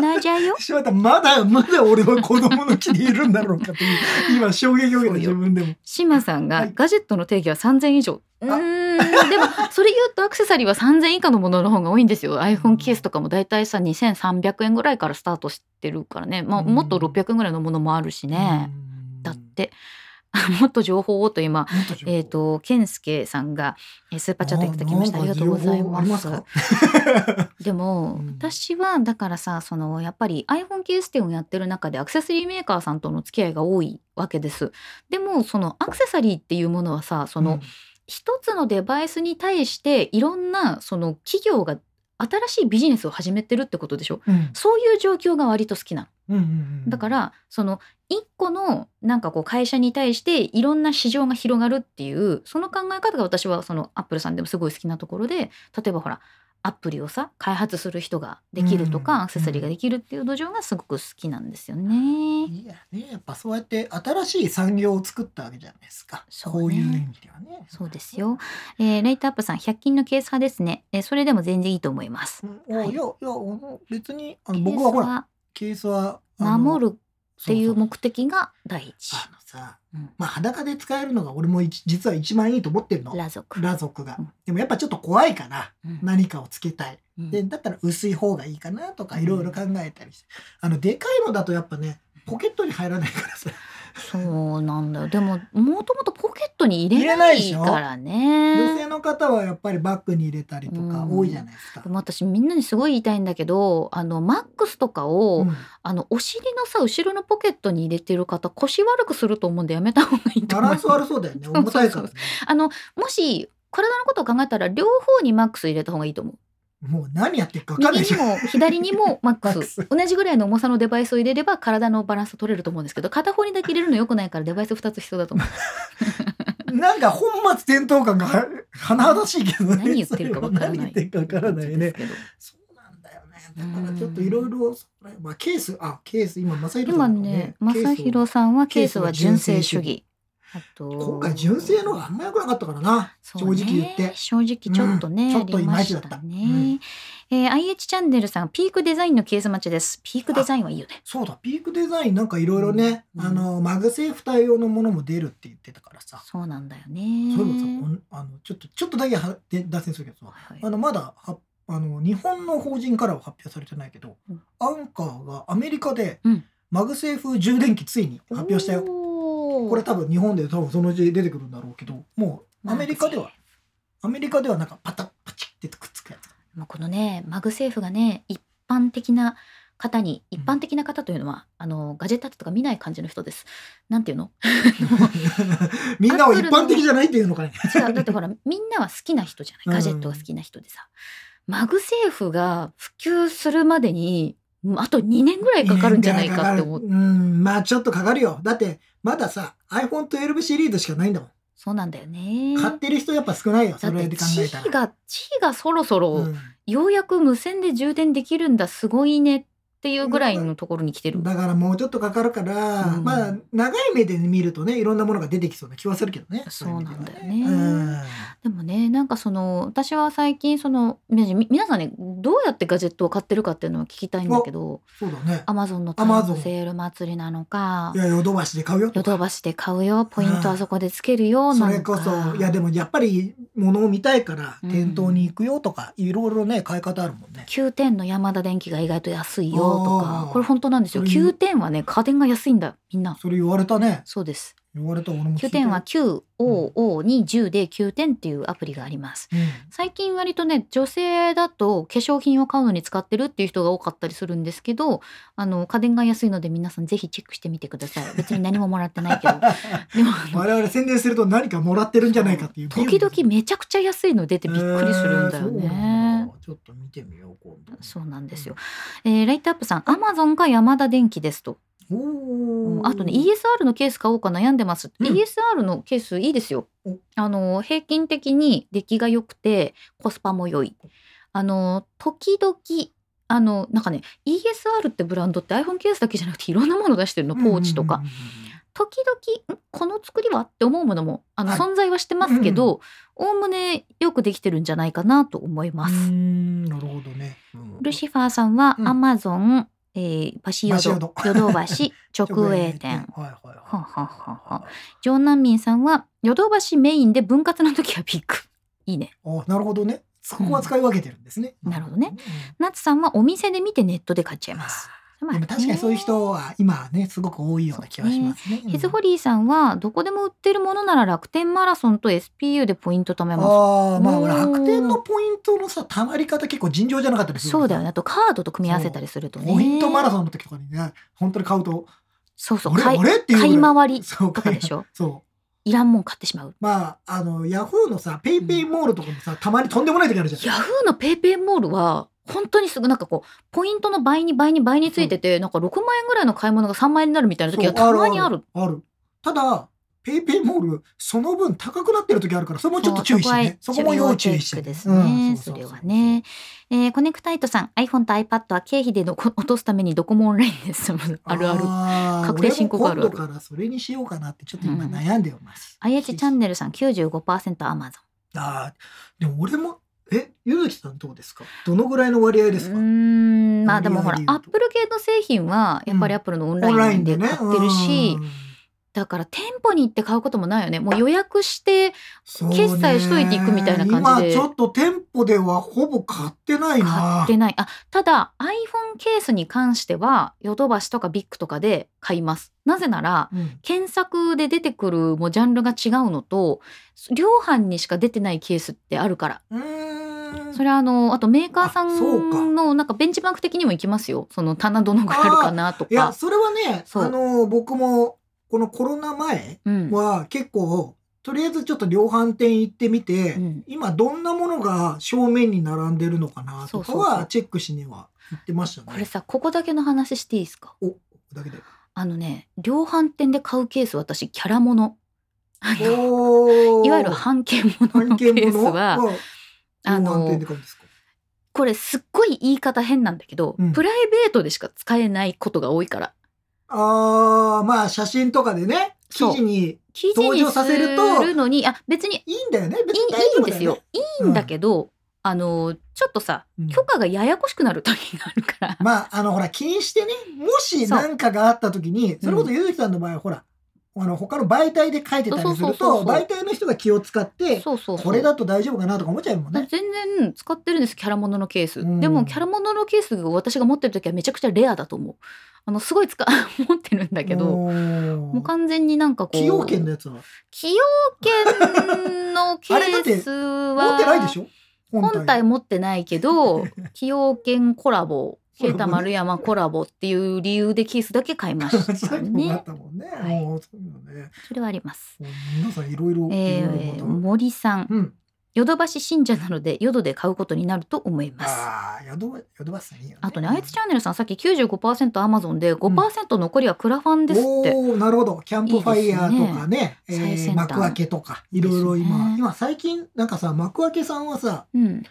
S1: 大人じゃよ。
S2: しまったまだまだ俺は子供の気にいるんだろうかという今衝撃を受けた自分でも
S1: 志麻さん
S2: は
S1: が
S2: い
S1: ガジェットの定義は3000以上。うーんでもそれ言うとアクセサリーは3000以下のものの方が多いんですよ iPhone ケースとかもだいたいさ2300円ぐらいからスタートしてるからね、まあ、
S2: うん
S1: もっと600円ぐらいのものもあるしね、
S2: うん
S1: だって もっと情報をと今
S2: もっと情報
S1: えっ、と健介さんがえースーパーチャットいただきましたありがとうございます
S2: なんか
S1: でも、
S2: うん
S1: 私はだからさそのやっぱり iPhone ケース店をやってる中でアクセサリーメーカーさんとの付き合いが多いわけですでもそのアクセサリーっていうものはさそ
S2: 情報
S1: の、一つのデバイスに対していろんなその企業が新しいビジネスを始めてるってことでしょ
S2: うん
S1: そういう状況が割と好きなの
S2: うんうんうん
S1: だからその一個のなんかこう会社に対していろんな市場が広がるっていうその考え方が私はそのアップルさんでもすごい好きなところで例えばほらアプリをさ開発する人ができるとか、
S2: うん
S1: アクセサリーができるっていう土壌がすごく好きなんですよね。
S2: いやねやっぱそうやって新しい産業を作ったわけじゃないですか
S1: そうね
S2: こういう意味ではね
S1: そうですよ、えーレイトアップさん100均のケース派ですね、えーそれでも全然いいと思います。
S2: うんお
S1: はい
S2: いやいやお別にあの僕はほらケースは
S1: ケースは守
S2: る
S1: るっていう目的が第一。
S2: あのさ、
S1: うん
S2: まあ裸で使えるのが俺も一実は一番いいと思ってるの
S1: ラ族。
S2: 裸族が
S1: うん
S2: でもやっぱちょっと怖いから
S1: うん
S2: 何かをつけたい
S1: うん
S2: でだったら薄い方がいいかなとかいろいろ考えたりして、あのでかいのだとやっぱねポケットに入らないからさ
S1: そうなんだよ。でも、もともとポケットに入れ
S2: 入れな
S1: ない
S2: で
S1: い
S2: しょ
S1: から
S2: 女
S1: ね。
S2: 性の方はやっぱりバッグに入れたりとか
S1: うん
S2: 多いじゃないですか
S1: で。も私みんなにすごい言いたいんだけどあのマックスとかを、
S2: うん
S1: あのお尻のさ後ろのポケットに入れてる方腰悪くすると思うんでやめた方がいいと
S2: バ
S1: 思う
S2: ランス悪そう だよね。重たいからね。
S1: あのもし体のことを考えたら両方にマックス入れた方がいいと思う
S2: もう何やってるか分かんな
S1: 右
S2: いじ
S1: に
S2: ゃん。
S1: も左にもマックス
S2: マックス
S1: 同じぐらいの重さのデバイスを入れれば体のバランス取れると思うんですけど片方にだけ入れるの良くないからデバイス2つ必要だと思う
S2: なんか本末転倒感がは 甚だしいけどね。
S1: 何言ってるか分からない
S2: 何言ってるか分からない
S1: です
S2: ね。
S1: けど
S2: そうなんだよね。だからちょっといろいろ、まあケース、あ、ケース、今、正弘さ
S1: 今
S2: んと
S1: ね、
S2: ケースを
S1: 正弘さんはケ
S2: ケ
S1: ー
S2: ー
S1: ス
S2: ス
S1: は
S2: は
S1: 純
S2: 純
S1: 正
S2: 正
S1: 主
S2: 主
S1: 義
S2: 義。
S1: あと
S2: 今回純正のがあんま良くなかったからな。
S1: そうね
S2: 正直言って
S1: 正直ちょっとね、
S2: うん
S1: ありまし
S2: ちょっとイマイチだ
S1: た
S2: ったう
S1: ね
S2: ん。
S1: えー IH チャンネルさん、ピークデザインのケース待ちです。ピークデザインはいいよね。
S2: そうだ、ピークデザインなんかいろいろね、
S1: うん
S2: あの、マグセーフ対応のものも出るって言ってたからさ。
S1: そうなんだよ
S2: そういえばさお
S1: ね。
S2: んあのちょっとちょっとだけはで脱線するけどさ
S1: はい
S2: あのまだはあの日本の法人からは発表されてないけど、
S1: うん
S2: アンカーがアメリカで
S1: うん
S2: マグセーフ充電器ついに発表したよ、
S1: こ
S2: これ多分日本で多分そのうち出てくるんだろうけどもうアメリカでは。アメリカではなんかパタッパチッってくっつくやつ
S1: まあこのね、マグセーフがね、一般的な方に、一般的な方というのは、あのガジェタットとか見ない感じの人です。なんていうの？
S2: みんなは一般的じゃないっていうのかね
S1: 違うだってほらみんなは好きな人じゃないガジェットが好きな人でさ、マグセーフが普及するまでにうんあと2年ぐらいかかるんじゃないかって思
S2: う
S1: う、
S2: んまあちょっとかかるよだってまださ iPhone12 シリーズしかないんだもん、
S1: そうなんだよね
S2: 買ってる人やっぱ少ないよ
S1: だ
S2: そ
S1: っ
S2: れ
S1: て
S2: で考えた
S1: 地位
S2: ら。
S1: が地位がそろそろ、
S2: うん
S1: ようやく無線で充電できるんだすごいねっっていうぐらいのところに来てる。
S2: だからもうちょっとかかるから、
S1: うん
S2: まあ長い目で見るとねいろんなものが出てきそうな気はするけどね
S1: そうなんだよね
S2: そういう意味ではね
S1: でもねなんかその私は最近そのみみ皆さんねどうやってガジェットを買ってるかっていうのは聞きたいんだけど
S2: うん、そうだね
S1: アマゾンのタイム
S2: Amazon
S1: セール祭りなのか
S2: いやヨドバシで買うよ
S1: ヨ
S2: とか
S1: ドバシで買うよポイントあそこでつけるよ
S2: そ
S1: な
S2: れ
S1: の
S2: こ
S1: か
S2: そいやでもやっぱり物を見たいから
S1: うん
S2: 店頭に行くよとか、いろいろね買い方あるもんね
S1: 9点の山田電機が意外と安いよと
S2: あ
S1: か
S2: ー
S1: これ本当なんですよ
S2: それいい
S1: 9点はね家電が安いんだみんな
S2: それ言われたね
S1: そうです
S2: 言われた俺も聞い
S1: 9
S2: てる
S1: 点は 9OO に10で9点っていうアプリがあります
S2: うん
S1: 最近割とね女性だと化粧品を買うのに使ってるっていう人が多かったりするんですけどあの家電が安いので皆さんぜひチェックしてみてください別に何ももらってないけ どでもあの
S2: 我々宣伝すると何かもらってるんじゃないかっていう
S1: 時々めちゃくちゃ安いの出てびっくりするんだよ
S2: えーそうなん
S1: ね。
S2: だちょっと見てみよう今度
S1: そうなんですよ、えーライトアップさん「アマゾンかヤマダ電機です」と
S2: おー
S1: あとね ESR のケース買おうか悩んでます、
S2: うん
S1: ESR のケースいいですよ
S2: お
S1: あの平均的に出来が良くてコスパも良いあの時々あのなんかね ESR ってブランドって iPhone ケースだけじゃなくていろんなもの出してるのポーチとか、
S2: うんうんうん
S1: 時々んこの作りはって思うものもあの
S2: はい
S1: 存在はしてますけどおおむねよくできてるんじゃないかなと思います、
S2: うーんなるほどね、うん
S1: ルシファーさんは
S2: うん
S1: アマゾン、えーパシヨ
S2: パシヨ
S1: ド
S2: ド
S1: ヨドバ シ直営店
S2: はいはいはい
S1: はははは城南民さんはヨドバシメインで分割の時はピーク。 いいね。
S2: あなるほどねそこは使い分けてるんですね、
S1: うんなるほどねナツさんはお店で見てネットで買っちゃいます。ま
S2: う
S1: あ
S2: んでも確かにそういう人は今はねすごく多いような気がしますね。
S1: ヘズホリーさんはどこでも売ってるものなら楽天マラソンと SPU でポイント貯めま
S2: ああまあ
S1: うん
S2: 俺楽天のポイントのさたまり方結構尋常じゃなかったりす
S1: す。
S2: る
S1: そうだよね。あとカードと組み合わせたりするとね。
S2: ポイントマラソンの時とかにね本当に買うと
S1: そうそう。
S2: あれ
S1: 買い
S2: あれっていう
S1: 買い
S2: ぐら
S1: 回り
S2: そう
S1: とか
S2: 買い
S1: でし ょ。
S2: そう
S1: いらんもん買ってしまう。
S2: まああのヤフーのさペイペイモールとかもさたまにとんでもない時あるじゃん。
S1: ヤフーのペイペイモールは本当にすぐなんかこうポイントの倍に倍に倍についててなんか6万円ぐらいの買い物が3万円になるみたいな時が
S2: そう
S1: たまにある。
S2: あるただペイペイモールその分高くなってる時あるからそれもちょっと注意してねそ
S1: そう
S2: こも要注意し
S1: そ
S2: て
S1: こ
S2: ね
S1: は要チェックですね、
S2: うん
S1: そう
S2: う
S1: れ
S2: う
S1: はね、えーコネクタイトさん iPhone と iPad は経費でのこ落とすためにドコモオンラインですあるある
S2: る
S1: 確定申告あるある
S2: 今度からそれにしようかなってちょっと今悩んでます、
S1: IH チャンネルさん 95%Amazon
S2: あーでも俺もえゆずきさんどうですかどのぐらいの割合
S1: う
S2: ですか、
S1: ーんまあでもほら
S2: 割合で言うと
S1: Apple 系の製品はやっぱり Apple のオン
S2: オンラ
S1: ライ
S2: イン
S1: ン
S2: で
S1: で
S2: ね
S1: 買ってるし、
S2: うん
S1: だから店舗に行って買うこともないよねもう予約して
S2: そうね
S1: 決済しといていくみたいな感じで
S2: 今ちょっと店舗ではほぼ買ってないな
S1: 買ってないあただ iPhone ケースに関してはヨドバシとかビッグとかで買いますなぜなら
S2: うん
S1: 検索で出てくるもうジャンルが違うのと量販にしか出てないケースってあるから
S2: うーん
S1: それはあのあとメーカーさ
S2: あそうか
S1: んのなんかベンチマーク的にもいきますよその棚どのぐらいあるかなと
S2: いや
S1: か。
S2: それはね
S1: そう
S2: あの僕もこのコロナ前
S1: うん
S2: は結構とりあえずちょっと量販店行ってみて、
S1: うん
S2: 今どんなものが正面に並んでるのかなとか
S1: そうそうそ
S2: は
S1: う
S2: チェックしには行ってましたね。
S1: これさここだけの話していいですか
S2: おだけで。
S1: あのね量販店で買うケース私キャラものあの
S2: おー
S1: いわゆる半径もの のケースは
S2: 半径もの
S1: あ
S2: 量販
S1: の
S2: 店で買うんですか
S1: これすっごい言い方変なんだけど、
S2: うん
S1: プライベートでしか使えないことが多いから
S2: あーまあ写真とかでね
S1: そう
S2: 記事に
S1: 記事に
S2: 登場させると
S1: するのにあ別に
S2: いいんだよね別
S1: い
S2: に
S1: い
S2: 大
S1: いいん
S2: 丈夫
S1: で
S2: だ
S1: す
S2: よ
S1: よ
S2: ね。。
S1: いいんだけど、あのちょっとさ
S2: うん
S1: 許可がややこしくなる時があるから、
S2: まあ、あの、ほら、気にしてね、もし何かがあった時に、それこそゆずきさんの場合は、ほら、あの、他の媒体で書いてたりす
S1: そう
S2: る
S1: そうそ
S2: と、
S1: うそう
S2: 媒体の人が気を使って、
S1: そうそうそう
S2: これだと大丈夫かなとか思っちゃうもん
S1: 全
S2: ね。
S1: 然使ってるんですキャラもののケース、
S2: うん
S1: でもキャラもののケースを私が持ってる時はめちゃくちゃレアだと思うあのすごい使 持ってるんだけど、
S2: おー、
S1: もう完全になんかこう
S2: 崎陽軒のやつは、
S1: 崎陽軒のケ
S2: あれだって
S1: ースは
S2: 持ってないでしょ
S1: 本体持ってないけ ど崎陽軒コラボ
S2: コラボね
S1: 慶太丸山コラボっていう理由でケースだけ買いまし
S2: そ
S1: た
S2: ういうのが
S1: ね
S2: あったもんね。
S1: はい
S2: もうそういうのね。
S1: それはあります
S2: もう皆さんいろいろ、いろい
S1: え
S2: ろま
S1: ー、
S2: た
S1: 森さん
S2: うん。
S1: ヨドバシ信者なのでヨドで買うことになると思います
S2: ああ、宿ば、宿ばすねいいよね。
S1: あとねあいつチャンネルさんさっき 95%Amazon で5%残りはクラファンですって、
S2: おおーなるほどキャンプファイヤーとかね
S1: いいですね
S2: えー
S1: 最先端
S2: 幕開けとかいろいろ
S1: です
S2: 今、
S1: ね
S2: 今最近なんかさ幕開けさんはさ
S1: うん、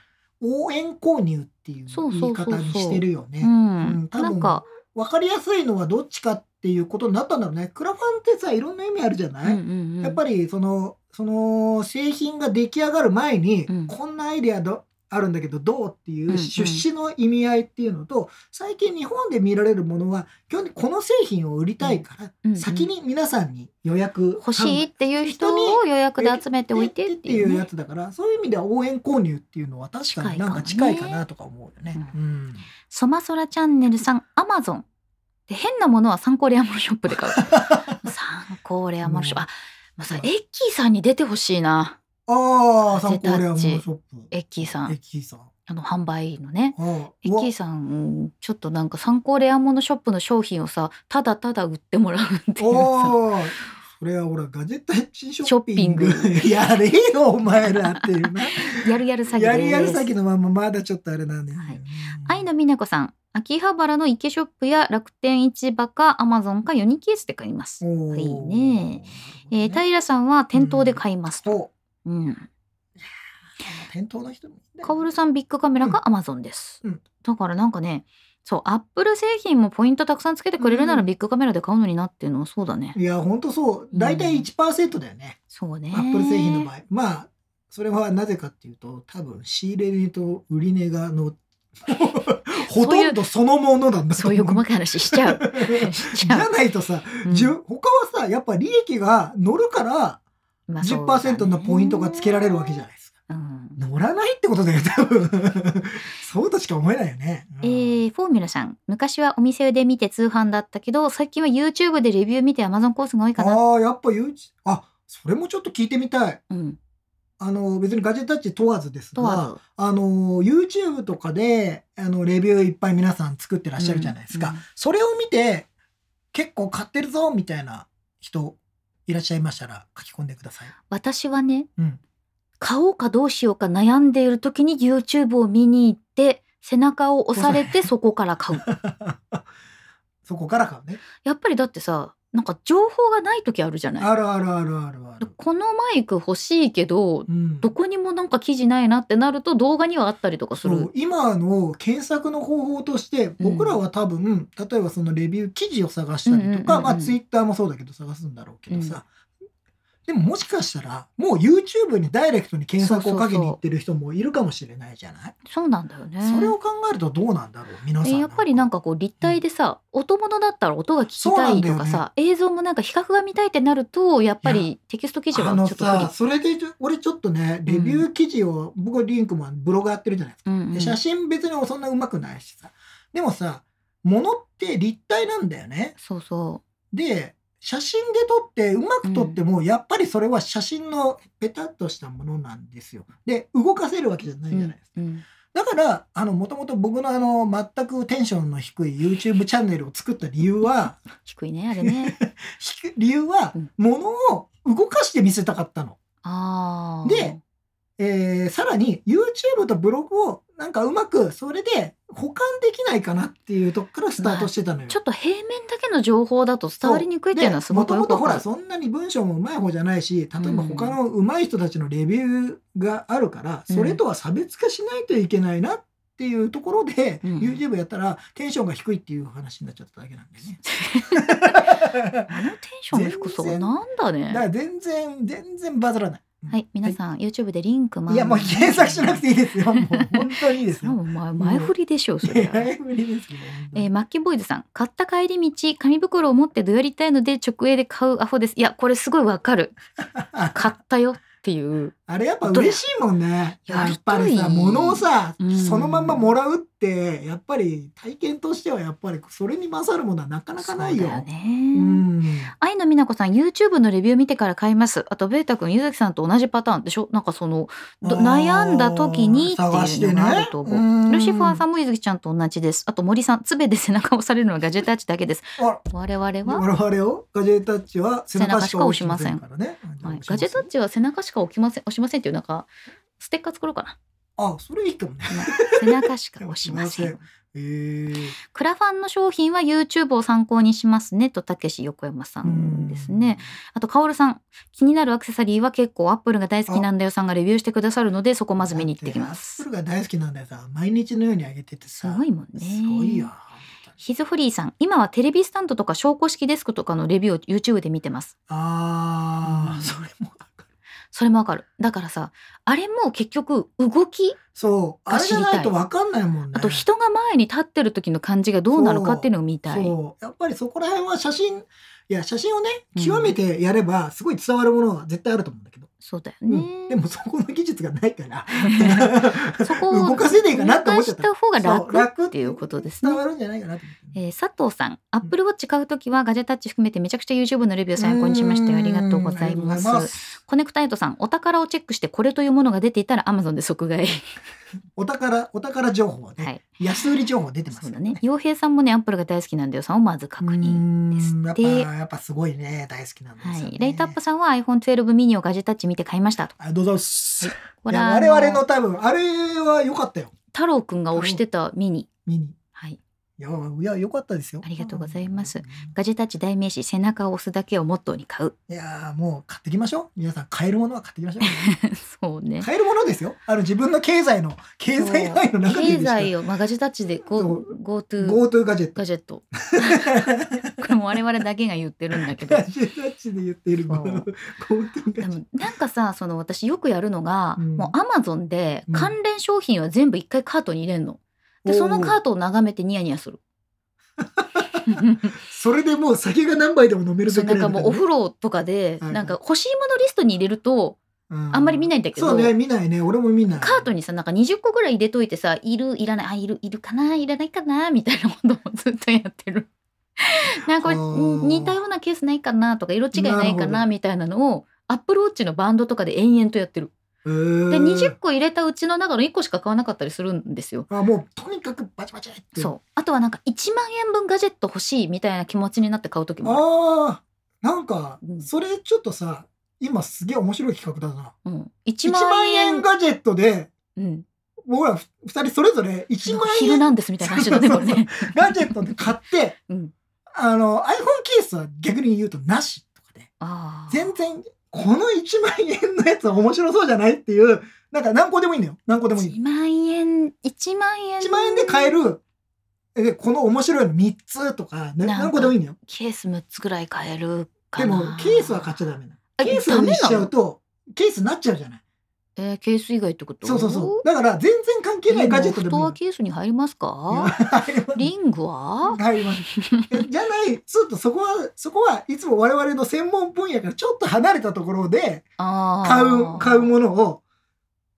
S2: 応援購入っていう
S1: そう
S2: 言
S1: そ
S2: いう
S1: そうそう
S2: 方にしてるよね。
S1: うん、
S2: 多分
S1: なんか、
S2: 分かりやすいのはどっちかっていうことになったんだろうね。クラファンってさいろんな意味あるじゃない、
S1: うんうんうん、
S2: やっぱりそのその製品が出来上がる前に、
S1: うん
S2: こんなアイデアどあるんだけどどうってい
S1: んう
S2: うん出資の意味合いっていうのと、最近日本で見られるものは基本的にこの製品を売りたいから、
S1: うんうん
S2: 先に皆さんに予約
S1: 欲しいっていう人
S2: 人に
S1: を予約で集めておいて
S2: っ
S1: ってて
S2: い
S1: いうう
S2: や
S1: ね。
S2: つだからそういう意味では応援購入っていうのは確かになんか近いかなとか思うよね。
S1: う
S2: うん
S1: ソマソラチャンネルさん、アマゾン。で、変なものは参考レアモンショップで 買う。参考レアモンショップ。あ、まあ、さ、エッキーさんに出てほしいな。
S2: ああ、参考レアモンショップ。
S1: エッキーさ
S2: エ
S1: ん。
S2: キーさん。あ
S1: あの、販売のね。
S2: あ
S1: エッキーさん、うんちょっとなんか参考レアモンショップの商品をさ、ただただ売ってもらうっていうさ。
S2: おーそれはほらガジェットエッチショッピン
S1: シ
S2: グ
S1: ョッピ
S2: やれよお前らっ ていうな
S1: やるやる詐欺です。
S2: やりやる先のまままだちょっとあれなんですよね、
S1: はい愛の美奈子さん秋葉原の池ショップや楽天市場かアマゾンかユニケースで買います。
S2: おー
S1: いいね。
S2: な
S1: え
S2: る
S1: ー、
S2: ほどね
S1: 平さんは店頭で買いますと。
S2: お
S1: うん。
S2: 店頭の人もいいんだよ
S1: カオルさんビッグカメラかアマゾンです。
S2: うん
S1: だからなんかね、そうアップル製品もポイントたくさんつけてくれるなら
S2: うん
S1: ビッグカメラで買うのになっていうのはそうだね。
S2: いや本当そう大体1%だよね、
S1: そうね。
S2: アップル製品の場合まあそれはなぜかっていうと多分仕入れ値と売り値が のほとんどそのものなんだと
S1: そうい
S2: 思
S1: う細かい話しちゃう。し
S2: じ
S1: ちゃ
S2: ゃ
S1: う。
S2: ないとさ、
S1: うん
S2: じゅ他はさやっぱ利益が乗るから
S1: まあそうだね
S2: 10%のポイントがつけられるわけじゃないですか。
S1: うん
S2: 乗らないってことだよ多分 そうとしか思えないよね。うん
S1: えー、フォーミュラさん昔はお店で見て通販だったけど最近は YouTube でレビュー見て Amazon コースが多いかな、
S2: ああやっぱ YouTube あそれもちょっと聞いてみたい。
S1: うん、
S2: あの別にガジェタッチ問わずです
S1: とは
S2: があの YouTube とかであのレビューいっぱい皆さん作ってらっしゃるじゃないですか、
S1: うんうん
S2: それを見て結構買ってるぞみたいな人いらっしゃいましたら書き込んでく ださい。
S1: 私はね、
S2: うん
S1: 買おうかどうしようか悩んでいる時に YouTube を見に行って背中を押されてそこから買う
S2: そこから買うね。
S1: やっぱりだってさなんか情報がない時あるじゃない
S2: あるあるあるあるある。
S1: このマイク欲しいけど
S2: うん
S1: どこにもなんか記事ないなってなると動画にはあったりとかす
S2: そ
S1: る
S2: う今の検索の方法として僕らは多分、例えばそのレビュー記事を探したりと
S1: う
S2: か、
S1: んうんうんうん
S2: まあ、ツイッターもそうだけど探すんだろうけどさ、でももしかしたらもう YouTube にダイレクトに検索をかけに行ってる人もいるかもしれないじゃない
S1: そうなんだよね
S2: それを考えるとどうなんだろう皆さん
S1: えやっぱりなんかこう立体でさ、音物だったら音が聞きたいとか
S2: そうな
S1: さ、映像もなんか比較が見たいってなるとやっぱ
S2: い
S1: りテキスト記事は
S2: あ
S1: ちょ
S2: の
S1: っと不利
S2: さそれでちょ俺ちょっとねレビュー記事を、僕はリンクもブログやってるじゃないですか、
S1: うんうん
S2: で写真別にそんなうまくないしさでもさ物って立体なんだよね
S1: そうそ
S2: で写真で撮ってうまく撮っても、やっぱりそれは写真のペタッとしたものなんですよ。で動かせるわけじゃな
S1: う、
S2: いじゃないですか。
S1: うんうん
S2: だからあのもともと僕のあの全くテンションの低い YouTube チャンネルを作った理由 は
S1: 低いねあれ ね
S2: ひく理由は
S1: うん
S2: ものを動かして見せたかったの。
S1: あー
S2: でえーさらに YouTube とブログをなんかうまくそれで保管できないかなっていうとこからスタートしてたのよ。
S1: ちょっと平面だけの情報だと伝わりにくいっていうのはすご
S2: も
S1: く
S2: と
S1: よ
S2: も
S1: く
S2: とほ
S1: わからる
S2: そんなに文章もうまい方じゃないし例えば他のうまい人たちのレビューがあるから、
S1: うん
S2: それとは差別化しないといけないなっていうところで、
S1: うん
S2: YouTube やったらテンションが低いっていう話になっちゃっただけなんでね。
S1: あのテンションの低さがなんだ
S2: だから
S1: ね
S2: 全然全然バズらない。
S1: はい皆さん、YouTube でリンク
S2: いやもう検索しな
S1: て
S2: くていいですよ。もう本当にいい ですよ。
S1: もう前前振りでしょそ
S2: い
S1: れ
S2: や
S1: は
S2: 無理ですよ。本当
S1: え
S2: に
S1: ー、 マッキーボーイズさん買った帰り道紙袋を持ってどやりたいので直営で買うアホですいやこれすごいわかる買ったよっていう
S2: あれやっぱ嬉しいもんね。
S1: や
S2: や
S1: り
S2: ったぱ
S1: い
S2: りさ、物をさ
S1: うん、
S2: そのまんまもらうって、やっぱり体験としてはやっぱりそれに勝るものはなかなかない
S1: そうだ
S2: よ。
S1: ね、
S2: うん。
S1: 愛の美奈子さん YouTube のレビュー見てから買いますあとベータ君ゆずきさんと同じパターンでしょなんかそのど
S2: あー
S1: 悩んだ時にって
S2: 探
S1: い
S2: して
S1: うの
S2: ね
S1: があると思う
S2: うん
S1: ルシファーさんもゆずきちゃんと同じですあと森さんつべで背中を押されるのはガジェタッチだけです
S2: あ
S1: 我々は
S2: 我々をガジェタッチは背中しか押しませんからね。
S1: はい、ガジェタッチは背中しか置きません押しませんっていうなん かステッカー作ろうかな
S2: あ、それいいかもね。
S1: 背中しか押しません
S2: えー、
S1: クラファンの商品は YouTube を参考にしますねとたけし横山さんですね。あとカオルさん気になるアクセサリーは結構アップルが大好きなんだよさんがレビューしてくださるのでそこまず見に行ってきま
S2: アッ
S1: す。
S2: プルが大好きなんだよさ、毎日のようにあげてて
S1: す
S2: さ、
S1: ごいもんね。
S2: すごいよ。本当に
S1: ヒズフリーさん今はテレビスタンドとか証拠式デスクとかのレビューを YouTube で見てます。
S2: ああ、
S1: うん
S2: それもわかる。
S1: それもわかる。だからさあれも結局動き
S2: そう、あ
S1: が
S2: れ
S1: 知
S2: じゃ
S1: りたい
S2: ないとわかんないもんね。
S1: あと人が前に立ってる時の感じがどうなのかっていうのを見たい。
S2: そう、やっぱりそこら辺は写真、いや、写真をね、
S1: うん
S2: 極めてやれば、すごい伝わるものは絶対あると思うんだけど。
S1: そうだよ
S2: う
S1: ね。
S2: んでもそこの技術がないから、
S1: そこを
S2: 動かせねえかなって思っちゃった。
S1: 動かした方
S2: そう
S1: が楽っていうことですね
S2: 伝。わるんじゃないかなと思って。
S1: えー佐藤さん、アップルウォッチ買うときはガジェタッチ含めてめちゃくちゃ YouTube のレビューを参考にしましたよ。ありがとうございます。
S2: ありがとうございます
S1: コネクタイトさん、お宝をチェックしてこれというものが出ていたら Amazon で即 買い。
S2: お宝、お宝情報はね、
S1: はい。
S2: 安売り情報出てます
S1: そう
S2: よ
S1: だね。洋平さんもね、アップルが大好きなんだよさんをまず確認。です
S2: うーんやっぱ
S1: で
S2: やっぱすごいね大好きなんです
S1: は
S2: よね、
S1: い。レイトアップさんは iPhone12 mini をガジェタッチ見て買いましたと。
S2: ありがとうございます、
S1: こ
S2: い
S1: れ
S2: や
S1: は
S2: 我々
S1: あ
S2: の多分あれは良かったよ
S1: 太郎くんが推してたミニ。
S2: 見に
S1: はい。
S2: いやいや良かったですよ
S1: ありがとうございます
S2: うん
S1: ガジェタッチ代名詞、背中を押すだけをモットーに買う。
S2: いやーもう買ってきましょう皆さん買えるものは買ってきましょ
S1: そうね
S2: う。買えるものですよあの自分の経済の経済範囲の中でいい
S1: 経
S2: ですから
S1: 済を、まあ、ガジェタッチで Go- GoTo
S2: GoTo ガジェット
S1: ガジェッ ト。 これも我々だけが言ってるんだけど
S2: ガ。ジェタッチで言っている
S1: そう
S2: GoTo ガ
S1: で
S2: ジェット
S1: もなんかさその私よくやるのが、
S2: うん
S1: もうアマゾンで
S2: うん
S1: 関連商品は全部一回カートに入れんの。で
S2: おー
S1: そのカートを眺めてニヤニヤす る。
S2: それでもう酒が何杯でも飲める
S1: そうなんかもうお
S2: 呂
S1: 風呂とかで、
S2: はい
S1: なんか欲しいものリストに入れるとあんまり見ないんだけど
S2: そうね見ないね俺も見ない
S1: カートにさなんか20個ぐらい入れといてさいるいらないあいるいるかないらないかなみたいなことをずっとやってる。 なんかこれ
S2: あー
S1: 似たようなケースないかなとか色違いないか
S2: なるほ
S1: な
S2: ど
S1: みたいなのをアップルウォッチのバンドとかで延々とやってる。
S2: で
S1: で20
S2: 20
S1: 個入れたうちの中の1個しか買わなかったりするんですよ。
S2: あもうとにかくバチバチって
S1: そうあとはなんか1万円分ガジェット欲しいみたいな気持ちになって買う時もあ
S2: あーなんか
S1: うん
S2: それちょっとさ今すげえ面白い企画だな
S1: る、うん、1
S2: 1
S1: 万
S2: 万
S1: 円
S2: 円ガジェットで
S1: うん、
S2: 僕ら2人それぞれ1万
S1: 「ヒル
S2: 円
S1: ナンデス」みたいな話だねこれね。
S2: ガジェットで買って
S1: うん、
S2: あの iPhone ケースは逆に言うとなしとかで
S1: あー
S2: 全然この1万円のやつ面白そうじゃないっていうなんか何個でもいいんだよ何個でもいい
S1: 1万円1万円
S2: 1万円で買えるえこの面白いの3つと
S1: な
S2: かな
S1: んか
S2: 何個でもいいんだよ
S1: ケース6つぐらい買えるか
S2: で
S1: な
S2: もケースは買っちゃダメな
S1: あ
S2: のケース
S1: ダメ
S2: に
S1: な
S2: しちゃ
S1: の
S2: うとケースになっちゃうじゃない
S1: えーケース以外ってこと
S2: そうそうそうだから全然関係ないガジェットで
S1: でも
S2: も
S1: はケースに入りますか
S2: いい
S1: リングは
S2: 入りますえ じゃないちょっとそこはそこはいつも我々の専門分野からちょっと離れたところで
S1: あー
S2: 買う買うものを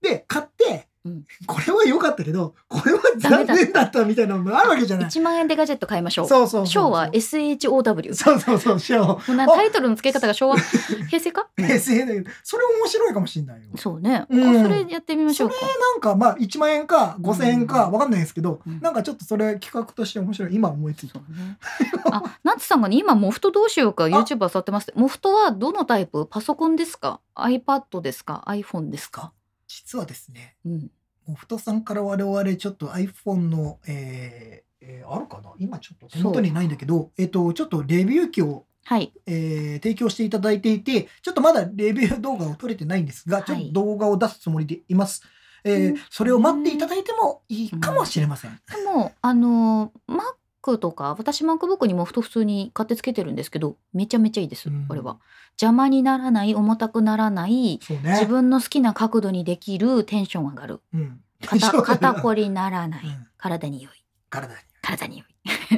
S2: で買って、
S1: うん
S2: これは良かったけどこれは残念だったみたいなのもあるわけじゃない。
S1: 1万円でガジェット買いましょ
S2: そ
S1: う
S2: うそうそう
S1: ショーは SHOW
S2: そうそうそうショー
S1: もうな
S2: あ
S1: タイトルの付け方が 昭和平成か
S2: SN だけどそれ面白いかもしれないよ。
S1: そうね、
S2: うん
S1: あそれやってみましょうか
S2: なんかまあ1万円か5,000円か
S1: うん
S2: わかんないですけど、
S1: うん
S2: なんかちょっとそれ企画として面白い今思いついた
S1: そ。うねあナツさんがね今モフトどうしようか YouTuber 触ってますモフトはどのタイプパソコンですか iPad ですか iPhone ですか
S2: 実はですね
S1: うん
S2: おふとさんから我々ちょっと iPhone の、えーえーあるかな今ちょっと手元にないんだけど、えっと、ちょっとレビュー機を、
S1: はい
S2: えー提供していただいていてちょっとまだレビュー動画を撮れてないんですが、
S1: はい
S2: ちょっと動画を出すつもりでいます、えー
S1: うん
S2: それを待っていただいてもいいかもしれません、
S1: でもあの Mac とか私 MacBook にもふと普通に買ってつけてるんですけどめちゃめちゃいいです、
S2: うん
S1: あれは邪魔にならない重たくならない
S2: そうね
S1: 自分の好きな角度にできるテンション上 がる
S2: うん
S1: 肩肩こ
S2: り、
S1: りならない、
S2: うん
S1: 体に良い
S2: 体に
S1: 体に良い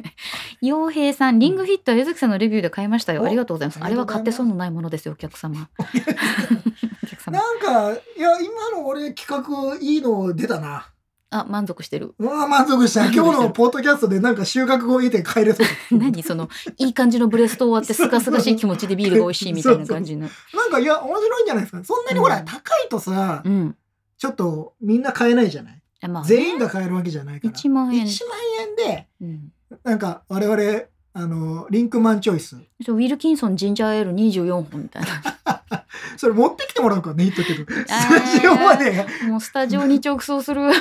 S1: 洋平さんリングフィットは柚木さんのレビューで買いましたよ
S2: お
S1: ありがとうございますあ
S2: あ
S1: れ
S2: り
S1: は
S2: がとうご
S1: 買
S2: ざいま
S1: って
S2: す
S1: 損のないものですよお客 様お客様
S2: なんかいや今の俺企画いいの出た な
S1: あ満足してる
S2: うわ満足した今日のポッドキャストでなんか収穫を得て帰れそう
S1: 何そのいい感じのブレスト終わってすがすがしい気持ちでビールが美味しいみたいな感じの
S2: なんかいや面白いんじゃないですかそんなにほら、
S1: うん
S2: 高いとさ、
S1: うん
S2: ちょっとみんな買えないじゃない
S1: あまあ
S2: 全員が買えるわけじゃないから
S1: 1万円
S2: 1万円で
S1: うん
S2: なんか我々あのリンクマンチョイス
S1: そうウィルキンソンジンジャーエール24本みたい な
S2: それ持ってきてもらうからね言っとくけど
S1: ー
S2: スタジオまで
S1: もうスタジオに直送する
S2: す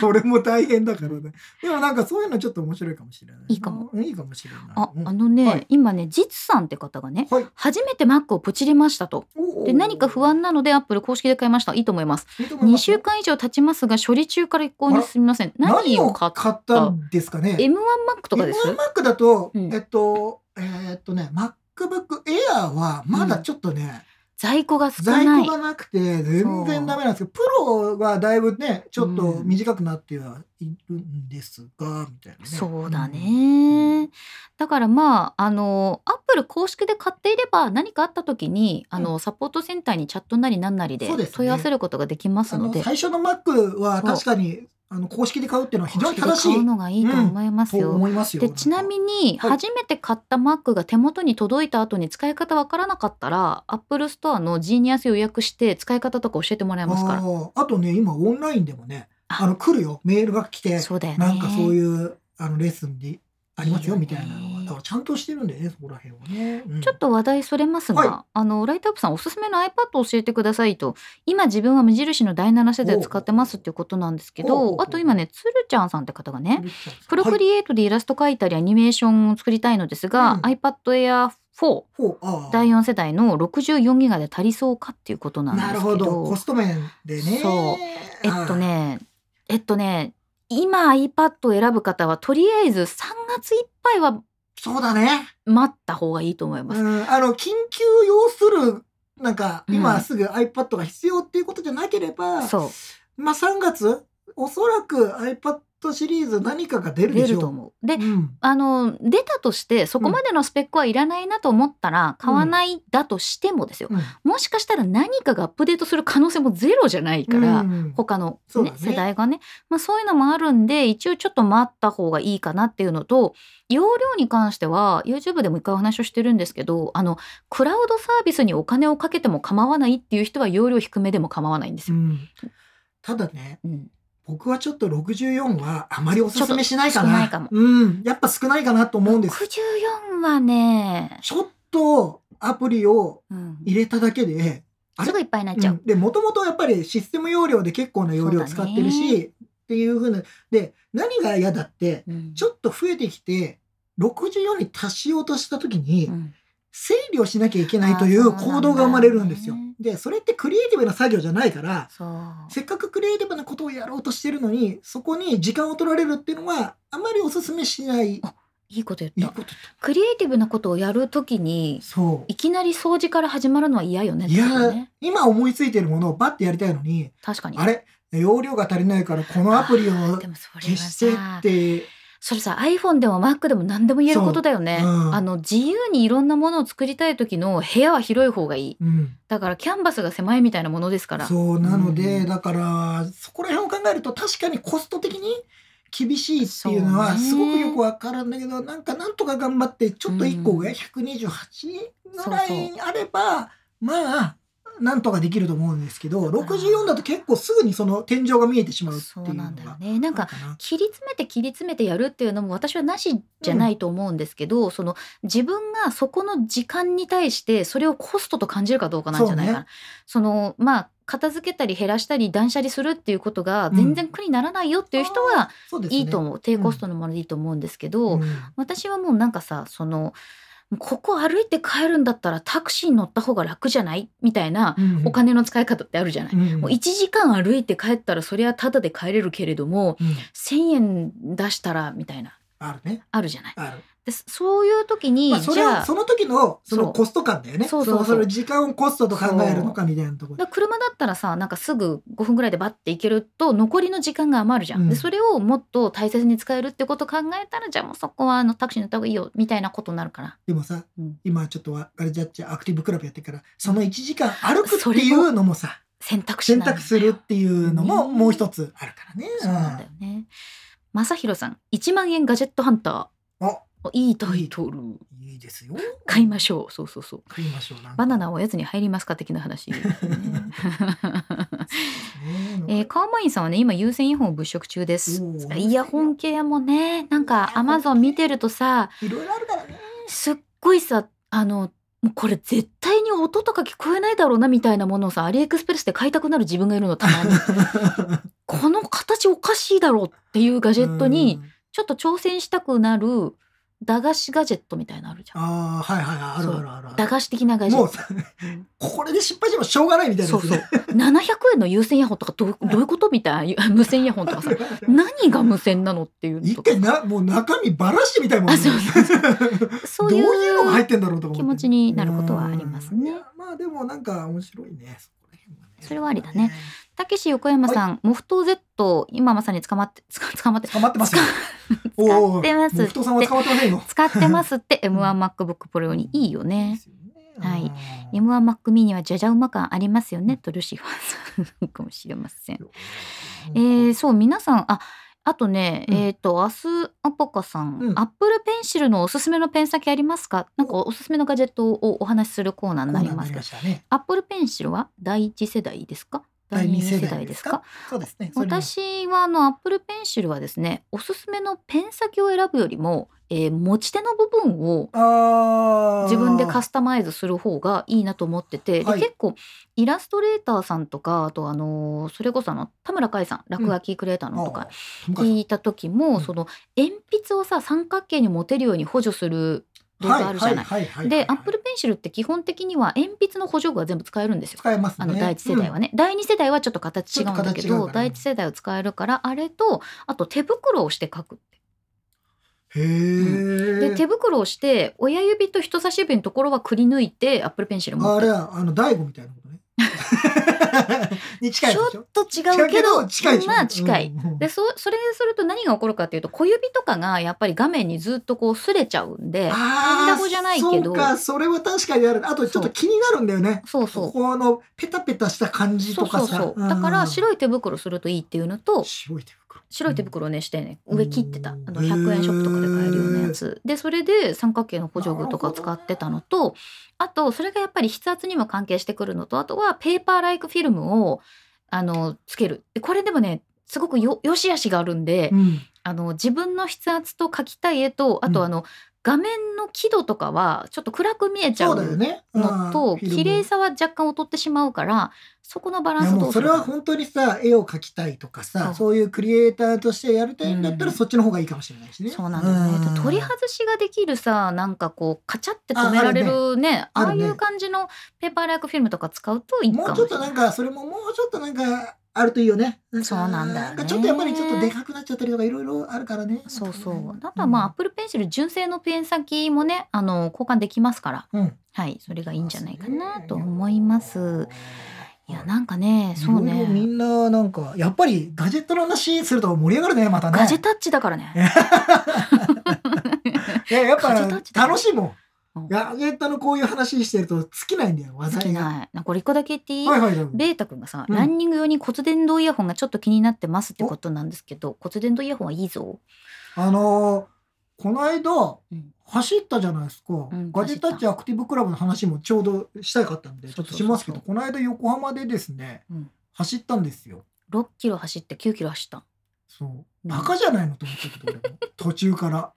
S2: それも大変だからね。でもなんかそういうのちょっと面白いかもしれない。
S1: いいかも
S2: うん。いいかもしれない。
S1: あ
S2: う、ん
S1: あのね、
S2: はい
S1: 今ね、ジツさんって方がね、
S2: はい。
S1: 初めて Mac をポチりましたと。
S2: おー
S1: で、何か不安なので Apple 公式で買いました。いいと思います。
S2: いいと思い
S1: 2
S2: ます
S1: 週間以上経ちますが、処理中から一向に進みません。何を買っ
S2: 何たんですかね。
S1: M1 Mac とかです。
S2: M1Mac だと、
S1: うん
S2: えっと、えーっとね、MacBook Air はまだちょっとね、
S1: 在庫が少
S2: 在
S1: ない
S2: 庫。がなくて全然ダメなんですけど、プロがだいぶね、ちょっと短くなってはいるんですが、みたいなね。
S1: そうだね、
S2: ん。
S1: だからまああのアップル公式で買っていれば何かあった時にあの、サポートセンターにチャットなりなんなりで
S2: そうですね
S1: 問い合わせることができます
S2: あ
S1: の
S2: の
S1: で
S2: 最初の Mac は確かにあの公式で買うっていうのは非常に正し
S1: 公式で買う
S2: い
S1: のがいいと思います
S2: と
S1: よ。
S2: 思いますよ。
S1: でちなみに
S2: はい
S1: 初めて買った Mac が手元に届いた後に使い方わからなかったら Apple ストアのジーニアス予約して使い方とか教えてもらえますから
S2: あああとね今オンラインでもね
S1: あ
S2: あの来るよメールが来て
S1: そうだよね
S2: なんかそういうあのレッスンでありますよ
S1: いいよね
S2: みたいなのがだからちゃんとしてるんだよねそこら辺はね、うん
S1: ちょっと話題それますが、
S2: は
S1: あのライトアップさんおすすめの iPad を教えてくださいと今自分は無印の第7世代使ってますっていうことなんですけ
S2: おうおうおう
S1: ど
S2: おう
S1: あと今ねつるちゃんさんって方がねプロク
S2: はい
S1: リエイトでイラスト描いたりアニメーションを作りたいのですが、
S2: うん
S1: iPad Air 4
S2: ほうああ
S1: 第4世代の 64GB で足りそうかっていうことなんです
S2: な
S1: け
S2: る
S1: ど
S2: ほどコスト面でね
S1: そうえっと
S2: はい
S1: ねえっとね今 iPad を選ぶ方はとりあえず3月いっぱいは
S2: そうだね、
S1: 待った方がいいと思いま
S2: う
S1: す。
S2: ん、あの緊急要するなんか
S1: う
S2: 今
S1: ん
S2: すぐ iPad が必要っていうことじゃなければ、
S1: そう
S2: まあ3月おそらく iPad シリーズ何かが出るで
S1: 出
S2: しょ
S1: る
S2: う
S1: と思う。で、
S2: うん
S1: あの出たとしてそこまでのスペックはいらないなと思ったら買わないだとしてもですよ、
S2: うん
S1: もしかしたら何かがアップデートする可能性もゼロじゃないから、
S2: うん
S1: 他の、
S2: そう
S1: ね
S2: だね
S1: 世代がね、まあ、そういうのもあるんで一応ちょっと待った方がいいかなっていうのと容量に関しては YouTube でも一回お話をしてるんですけどあのクラウドサービスにお金をかけても構わないっていう人は容量低めでも構わないんです
S2: う
S1: よ。
S2: んただね
S1: うん
S2: 僕はちょっと64はあまりおすすめしないかな
S1: ちょっと少ないかも
S2: うん、やっぱ少ないかなと思うんです
S1: 64はね、
S2: ちょっとアプリを
S1: うん、
S2: 入れただけであれ
S1: すぐいっぱいになっちゃう。
S2: でもともとやっぱりシステム容量で結構な容量を使ってる
S1: そう
S2: し、っていうふうなで何が嫌だって
S1: うん
S2: ちょっと増えてきて64に足しようとした時に、
S1: うん
S2: 整理をしなきゃいけないとい
S1: あそうな
S2: う
S1: んだ
S2: 行動が生まれるんですよ
S1: ね。
S2: でそれってクリエイティブな作業じゃないから
S1: そう
S2: せっかくクリエイティブなことをやろうとしてるのにそこに時間を取られるっていうのはあまりおすすめしないいい
S1: あいいこと言った
S2: ことだ
S1: クリエイティブなことをやるときに
S2: そう
S1: いきなり掃除から始まるのは嫌よねってこと
S2: い
S1: ね
S2: 今思いついてるものをバッてやりたいのに
S1: 確かに
S2: あれ容量が足りないからこのアプリを
S1: あーでもそれ
S2: 消
S1: は
S2: して
S1: さ
S2: って
S1: それさ iPhone でも Mac でも何でも言えることだよね、
S2: そううん
S1: あの自由にいろんなものを作りたい時の部屋は広い方がいい
S2: うん、
S1: だからキャンバスが狭いみたいなものですから
S2: そうなので、
S1: うん
S2: だからそこら辺を考えると確かにコスト的に厳しいっていうの
S1: そう
S2: は
S1: ね
S2: すごくよくわかるんだけど、なんかなんとか頑張ってちょっと1個上、128ぐらいあればまあなんとかできると思うんですけど
S1: だから
S2: 64だと結構すぐにその天井が見えてしまうって
S1: そ
S2: いう
S1: う
S2: のが
S1: なんだよねなんか
S2: あるな
S1: 切り詰めて切り詰めてやるっていうのも私はなしじゃないと思うんですけど、その自分がそこの時間に対してそれをコストと感じるかどうかなんじゃないかな。そ,、
S2: そう
S1: のまあ片付けたり減らしたり断捨離するっていうことが全然苦にならないよっていう人は
S2: そうですね
S1: いいと思う、低コストのものでいいと思うんですけど、
S2: うん
S1: 私はもうなんかさそのここ歩いて帰るんだったらタクシーに乗った方が楽じゃないみたいな
S2: うん
S1: お金の使い方ってあるじゃない。
S2: うん
S1: もう1時間歩いて帰ったらそれはタダで帰れるけれども、
S2: うん
S1: 1,000円出したらみたいな
S2: あるね
S1: あるじゃない。
S2: ある
S1: でそそういう時に、
S2: まあ、そ
S1: じ
S2: れ
S1: ゃ
S2: は
S1: あ
S2: その時の
S1: そ
S2: そ
S1: う
S2: のコスト感だよね
S1: そ
S2: そう
S1: そうそう
S2: のそれ時間をコストと考えるのかみたいなところ
S1: だから車だったらさなんかすぐ5分ぐらいでバッて行けると残りの時間が余るじゃん。
S2: うん
S1: でそれをもっと大切に使えるってことを考えたらじゃあもうそこはあのタクシー乗った方がいいよみたいなことになるから。
S2: でもさ、
S1: うん
S2: 今ちょっとわあれじゃっちゃアクティブクラブやってるからその1時間歩くっていうのもさ
S1: 選択肢
S2: 選
S1: なんだ
S2: 択するっていうのも
S1: ね
S2: もう一つあるからね。
S1: そうなんだよね。まさひろさん1万円ガジェットハンタ
S2: うんあ
S1: ーいいタイトル
S2: いいですよ。
S1: 買いま
S2: し
S1: しょうそうそうそう
S2: ょう。買いましょう。なんか
S1: バナナおやつに入りますか的な話、ね えー、カーマインさんはね今有線イヤホンを物色中です
S2: おー
S1: イヤホン系もねなんかアマゾン見てるとさ
S2: いろいろあるからね。
S1: すっごいさあのもうこれ絶対に音とか聞こえないだろうなみたいなものをさアリエクスプレスで買いたくなる自分がいるのたまに この形おかしいだろうっていうガジェットに
S2: うん
S1: ちょっと挑戦したくなる駄菓子ガジェットみたいなのあるじゃん
S2: ああはいはいはいあるあるあるある
S1: 駄菓子的なガジェ
S2: もう
S1: ット
S2: さ
S1: うん
S2: これで失敗してもしょうがないみたいな
S1: そ
S2: や
S1: う
S2: つ
S1: そう
S2: ね
S1: 700円の有線イヤホンとか どうどういうことみたいな無線イヤホンとかさ何が無線なのっていうの
S2: 一
S1: とか
S2: 回なもう中身ばらしてみたいもんね
S1: あそうそうそうい
S2: どういうのが入っ
S1: う
S2: てんだろうとか思っ
S1: 気
S2: て
S1: 持ちになることはありますね
S2: うんいやまあでもなんか面白いねそこら辺はね
S1: それはありだねたけし横山さん、モフト Z 今まさに捕まってつか 捕まって
S2: 捕まってますよ
S1: 使ってます
S2: おいおいもう太さんは捕まってませんよ
S1: 使ってますって
S2: ん
S1: M1MacBook Pro にいいよね。はい
S2: い
S1: M1Mac mini はじゃじゃ馬感ありますよねとルシファーさん かもしれません。えー、そう皆さんああとね、
S2: うん
S1: えっ、と明日アポカさん、
S2: うん
S1: アップルペンシルのおすすめのペン先ありますかなんかおすすめのガジェットをお話しするコーナーになりますけど
S2: したね。
S1: アップルペンシルは第一世代ですか
S2: 第二
S1: 二
S2: 世代ですか。そうですね。それに
S1: 私はあのアップルペンシルはですねおすすめのペン先を選ぶよりも、えー持ち手の部分を
S2: あ
S1: 自分でカ
S2: ス
S1: スタマイズする方がいいなと思ってて、で
S2: はい
S1: 結構イラストレーターさんとかあとあのーそれこそあの田村海さん落書きクリエイターのとか、聞いた時も、
S2: うん
S1: その鉛筆をさ三角形に持てるように補助する動画あるじゃない。
S2: はいはいはいはい
S1: でアップルペンシルって基本的には鉛筆の補助具は全部使えるんですよ。
S2: 使えますね。
S1: あの第一世代は
S2: ね。
S1: ね、第二世代はちょっと形違うんだけ
S2: ちょ
S1: ど、
S2: っと形違うからね
S1: 第一世代を使えるからあれとあと手袋をして書くって
S2: へえ。
S1: で手袋をして親指と人差し指のところはくり抜いてアップルペンシル持
S2: あ
S1: っ
S2: れ
S1: て
S2: はあの大悟みたい なことね。に近い
S1: ち
S2: で
S1: ょ
S2: しょ
S1: っ。と違うけど
S2: 近いでしょ。
S1: まあ近い。
S2: うんうんうん。
S1: でそそれすると何が起こるかっていうと小指とかがやっぱり画面にずっとこう擦れちゃうんで
S2: あ
S1: 単
S2: あ、
S1: 語じゃないけど
S2: そうか、それは確かにある。あとちょっと気になるんだよね。
S1: そうそう
S2: ここのペタペタした感じ
S1: そ
S2: と
S1: うそ
S2: か
S1: う
S2: さ。
S1: そうだから
S2: い
S1: 白い手袋するといいっていうのと
S2: 白い手袋。
S1: 白い手袋をねしてね
S2: うん
S1: 上切ってたあの
S2: へー
S1: 100円ショップとかで買えるようなやつでそれで三角形の補助具とかを使ってたのとあとそれがやっぱり筆圧にも関係してくるのとあとはペーパーライクフィルムをあのつけるでこれでもねすごくよよし悪しがあるんで、
S2: うん。
S1: あの自分の筆圧と描きたい絵とあ
S2: う
S1: と
S2: ん
S1: あの、画面の輝度とかはちょっと暗く見えちゃ
S2: そう
S1: う
S2: だよね。
S1: のと
S2: うんフィルム
S1: 綺麗さは若干劣ってしまうからそこのバラ
S2: い
S1: ン
S2: や
S1: ス
S2: も
S1: ど
S2: う
S1: う
S2: そ
S1: す
S2: れ
S1: る
S2: は
S1: か
S2: 本当にさ絵を描きたいとか
S1: そう
S2: さそういうクリエイターとしてやりたいんだった
S1: うん
S2: らそっちの方がいいかもしれないしね。
S1: そうなんだよね、
S2: うん
S1: 取り外しができるさなんかこうカチャって止められるねあ
S2: あ
S1: あ
S2: あるね
S1: いう感じのペーパーライクフィルムとか使うといい
S2: も
S1: かも
S2: うちょっ
S1: しれ
S2: と
S1: な
S2: ないんかそれももうちょっとなんかあるといいよね。か
S1: そうなんだよね
S2: なんかちょっとやっぱりちょっとでかくなっちゃったりとかいろいろあるからね。
S1: そうそ
S2: なんか
S1: う
S2: ね
S1: あとはまあアップルペンシル純正のペン先もねあの交換できますから
S2: うん、うん
S1: はいそれがいいんじゃないかなと思います。いやなんかね
S2: い
S1: そう
S2: ろいろ
S1: ね
S2: みんななんかやっぱりガジェットの話すると盛り上がるねまたね。
S1: ガジェタッチだからね
S2: いややっぱ
S1: ガジェタッチだね
S2: 楽しいも。
S1: うんん
S2: ガジェットのこういう話してると尽きないんだよ話
S1: 好
S2: 題
S1: き
S2: が。
S1: ないなこれ一個だけ言っていい
S2: はいはいはい。
S1: ベータ君がさ、
S2: うん
S1: ランニング用に骨伝導イヤホンがちょっと気になってますってことなんですけど骨伝導イヤホンはいいぞ
S2: あのーこの間、
S1: うん
S2: 走ったじゃないですか、
S1: うん
S2: ガジェタッチアクティブクラブの話もちょうどしたかったんでち
S1: そ
S2: ょ
S1: う
S2: っ
S1: そ
S2: と
S1: うそう
S2: しますけどこの間横浜でですね、
S1: うん
S2: 走ったんですよ
S1: 6キロ走って9キロ走った
S2: そうバカじゃないのと思っちゃったけど俺 も途中から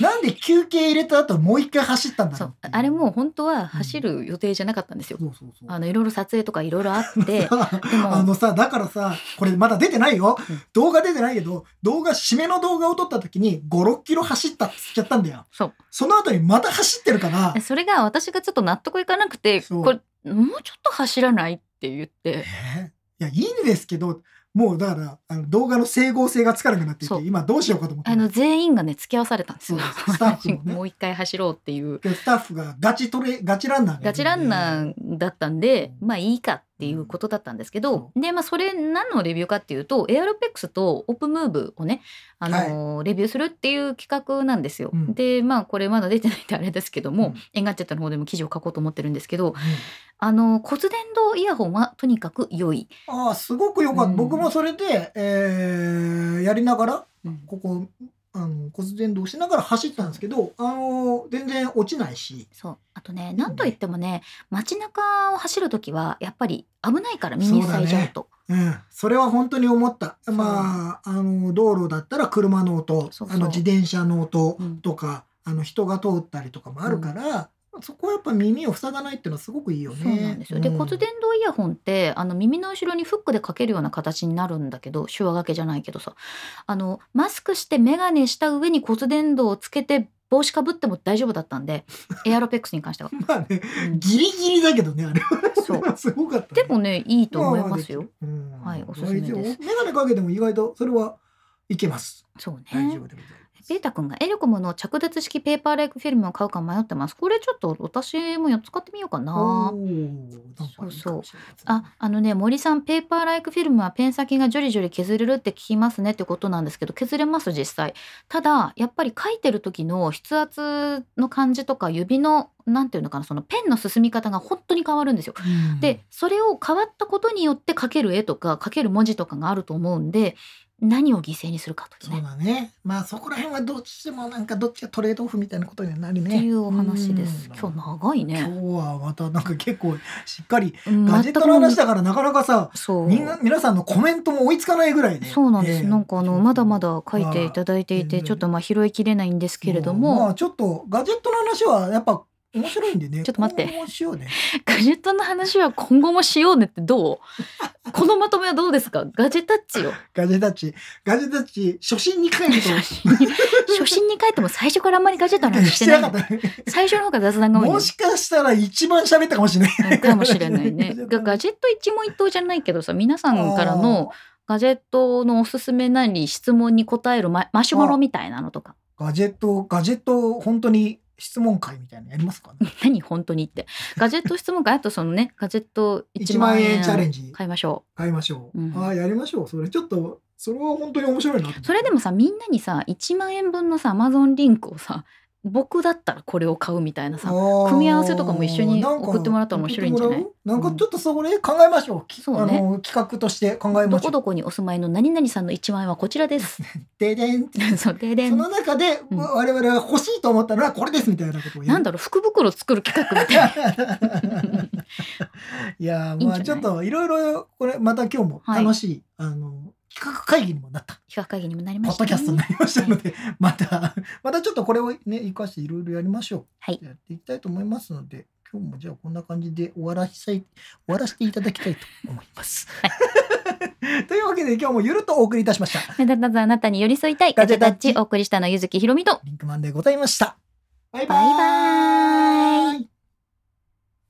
S2: なんで休憩入れた後もう一回走ったんだ
S1: そ
S2: ろう
S1: う
S2: ってい
S1: あれもう本当は走る予定じゃなかったんですよ、
S2: そうそうそう
S1: あのいろいろ撮影とかいろいろあって でも
S2: あのさ、だからさ、これまだ出てないよ
S1: うん。
S2: 動画出てないけど、動画、締めの動画を撮った時に5、6キロ走ったって言っちゃったんだよ。
S1: そう
S2: その後にまた走ってるから
S1: え、それが私がちょっと納得いかなくて
S2: そう
S1: これもうちょっと走らないって言って
S2: えーいや、いいんですけど、もうだから、あの動画の整合性がつかなくなってい
S1: そ
S2: て、
S1: う
S2: 今どうしようかと思って
S1: あの全員がね付き合わされたんですよ
S2: そうスタ ッフもね
S1: もう一回走ろうっていう
S2: でスタッフがガチトレ、ガチランナーがいるんで
S1: ガチランナーだったんで、
S2: うん
S1: まあいいかっていうことだったんですけど、でまあそれ何のレビューかっていうとエアロペックスとオープンムーブをね、あのーレビューするっていう企画なんですよ。
S2: うん
S1: でまあこれまだ出てないんであれですけども、
S2: うん
S1: エンガジェットの方でも記事を書こうと思ってるんですけど
S2: うん
S1: あのー骨伝導イヤホンはとにかく良い。
S2: ああ、すごくよかった。
S1: うん
S2: 僕もそれで、えーやりながら、
S1: うん
S2: ここ、あの骨伝導しながら走ったんですけど、あの全然落ちないし。
S1: そうあとね何と言ってもね街中を走る時はやっぱり危ないから耳塞いじゃうと。
S2: うん、それは本当に思った。
S1: う
S2: まあ、あの道路だったら車の音、
S1: そうそう
S2: あの自転車の音
S1: うん
S2: とか、あの人が通ったりとかもあるから、そこはやっぱ耳を塞がないっていうのはすごくいいよね。
S1: そうなんですよ。で、
S2: うん
S1: 骨伝導イヤホンって、あの耳の後ろにフックでかけるような形になるんだけど、手話掛けじゃないけどさ。あの、マスクしてメガネした上に骨伝導をつけて、帽子かぶっても大丈夫だったん で、エアロペックスに関しては。
S2: まあね、
S1: うん
S2: ギリギリだけどね、あれ
S1: そう
S2: はすごかったね、
S1: でもね、いいと思い
S2: ああ
S1: ま
S2: です
S1: よ。
S2: きるうん
S1: はいおすすめです
S2: 大丈夫メガネかけても意外とそれはいけます。
S1: そう
S2: 大
S1: ね
S2: 丈夫。でございます。
S1: ベータ君がエレコムの着脱式ペーパーレイクフィルムを買うか迷ってます。これちょっと私も使ってみようかな。
S2: おーなんかいいかもしれません
S1: あ、あのね、森さん、ペーパーライクフィルムはペン先がジョリジョリ削れるって聞きますねってことなんですけど、削れます、実際。ただ、やっぱり書いてる時の筆圧の感じとか、指の、なんていうのかな、そのペンの進み方が本当に変わるんですよ。
S2: うん
S1: で、それを変わったことによって書ける絵とか、書ける文字とかがあると思うんで、何を犠牲にするかという
S2: そう
S1: ね。
S2: だね。まあそこら辺はどっちでもなんかどっちがトレードオフみたいなことにはなり
S1: っ
S2: ね。
S1: ていうお話です。
S2: うん
S1: 今日長い
S2: 今
S1: ね。
S2: 日はまたなんか結構しっかり
S1: うん
S2: ガジェットの話だからなかなかさ、
S1: そう。
S2: みんな皆さんのコメントも追いつかないぐらいね。
S1: そうなんです、
S2: ええ
S1: なんかあのまだまだ書いていただいてい
S2: ま
S1: て
S2: あ
S1: ちょっとまあ拾いきれないんですけれど
S2: そうま
S1: も
S2: あちょっとガジェットの話はやっぱ面白いんで ね。
S1: ちょっと待って
S2: 今後もしようね。
S1: ガジェットの話は今後もしようねってどうこのまとめはどうですかガジェタッチよ
S2: ガジェタッチ、ガジェタッチ初心に帰ると
S1: 初心に 初心に書いても最初からあんまりガジェットの話してない
S2: なかったね。
S1: 最初の方が雑談が多いの
S2: もしかしたら一番喋ったかもしれない。
S1: うんかもしれない ね
S2: ガジェット
S1: がガジェット一問一答じゃないけどさ皆さんからのガジェットのおすすめなり質問に答えるママシュマロみたいなのとか
S2: ガジェット、ガジェット本当に質問会みたいなのやりますかね。
S1: 何本当にってガジェット質問会あとそのねガジェット1
S2: 1
S1: 万
S2: 万
S1: 円
S2: 円チャレンジ
S1: 買いましょう
S2: 買いましょう。
S1: うん
S2: ああ、やりましょう。それちょっと、それは本当に面白いなと思って
S1: それでもさみんなにさ1万円分のさアマゾンリンクをさ僕だったらこれを買うみたいなさ
S2: あー
S1: 組み合わせとかも一緒に
S2: なんか
S1: 送ってもらったら面白いんじゃない
S2: 送ってもらうなんかちょっとそれ考えましょう。き
S1: そうね
S2: あの企画として考え
S1: ど
S2: ましょ
S1: こ
S2: う。
S1: どこにお住まいの何々さんの1万円はこちらです
S2: ででんって
S1: そうでで
S2: そ
S1: ん
S2: の中で、
S1: うん
S2: 我々が欲しいと思ったのはこれですみたいなことをや
S1: な
S2: る
S1: んだろう福袋作る企画みたいな
S2: いや
S1: いいんじゃ
S2: ま
S1: な
S2: あ
S1: い
S2: ちょっといろいろこれまた今日も
S1: はい
S2: 楽しい、あの企画会議にもなった
S1: 企画会議にもなりま
S2: ポ
S1: し
S2: ッ
S1: た
S2: ド
S1: ね
S2: キャストに なりましたので、またまたちょっとこれをね生かしていろいろやりましょう、
S1: はい
S2: やっていきたいと思いますので今日もじゃあこんな感じで終わらせ終わらせていただきたいと思います。 というわけで今日もゆるっとお送りいたしました。
S1: 目立たずあなたに寄り添いたいガジェタッチお送りしたのはゆずきひろみと
S2: リンクマンでございました。バイバ
S1: バイバーイ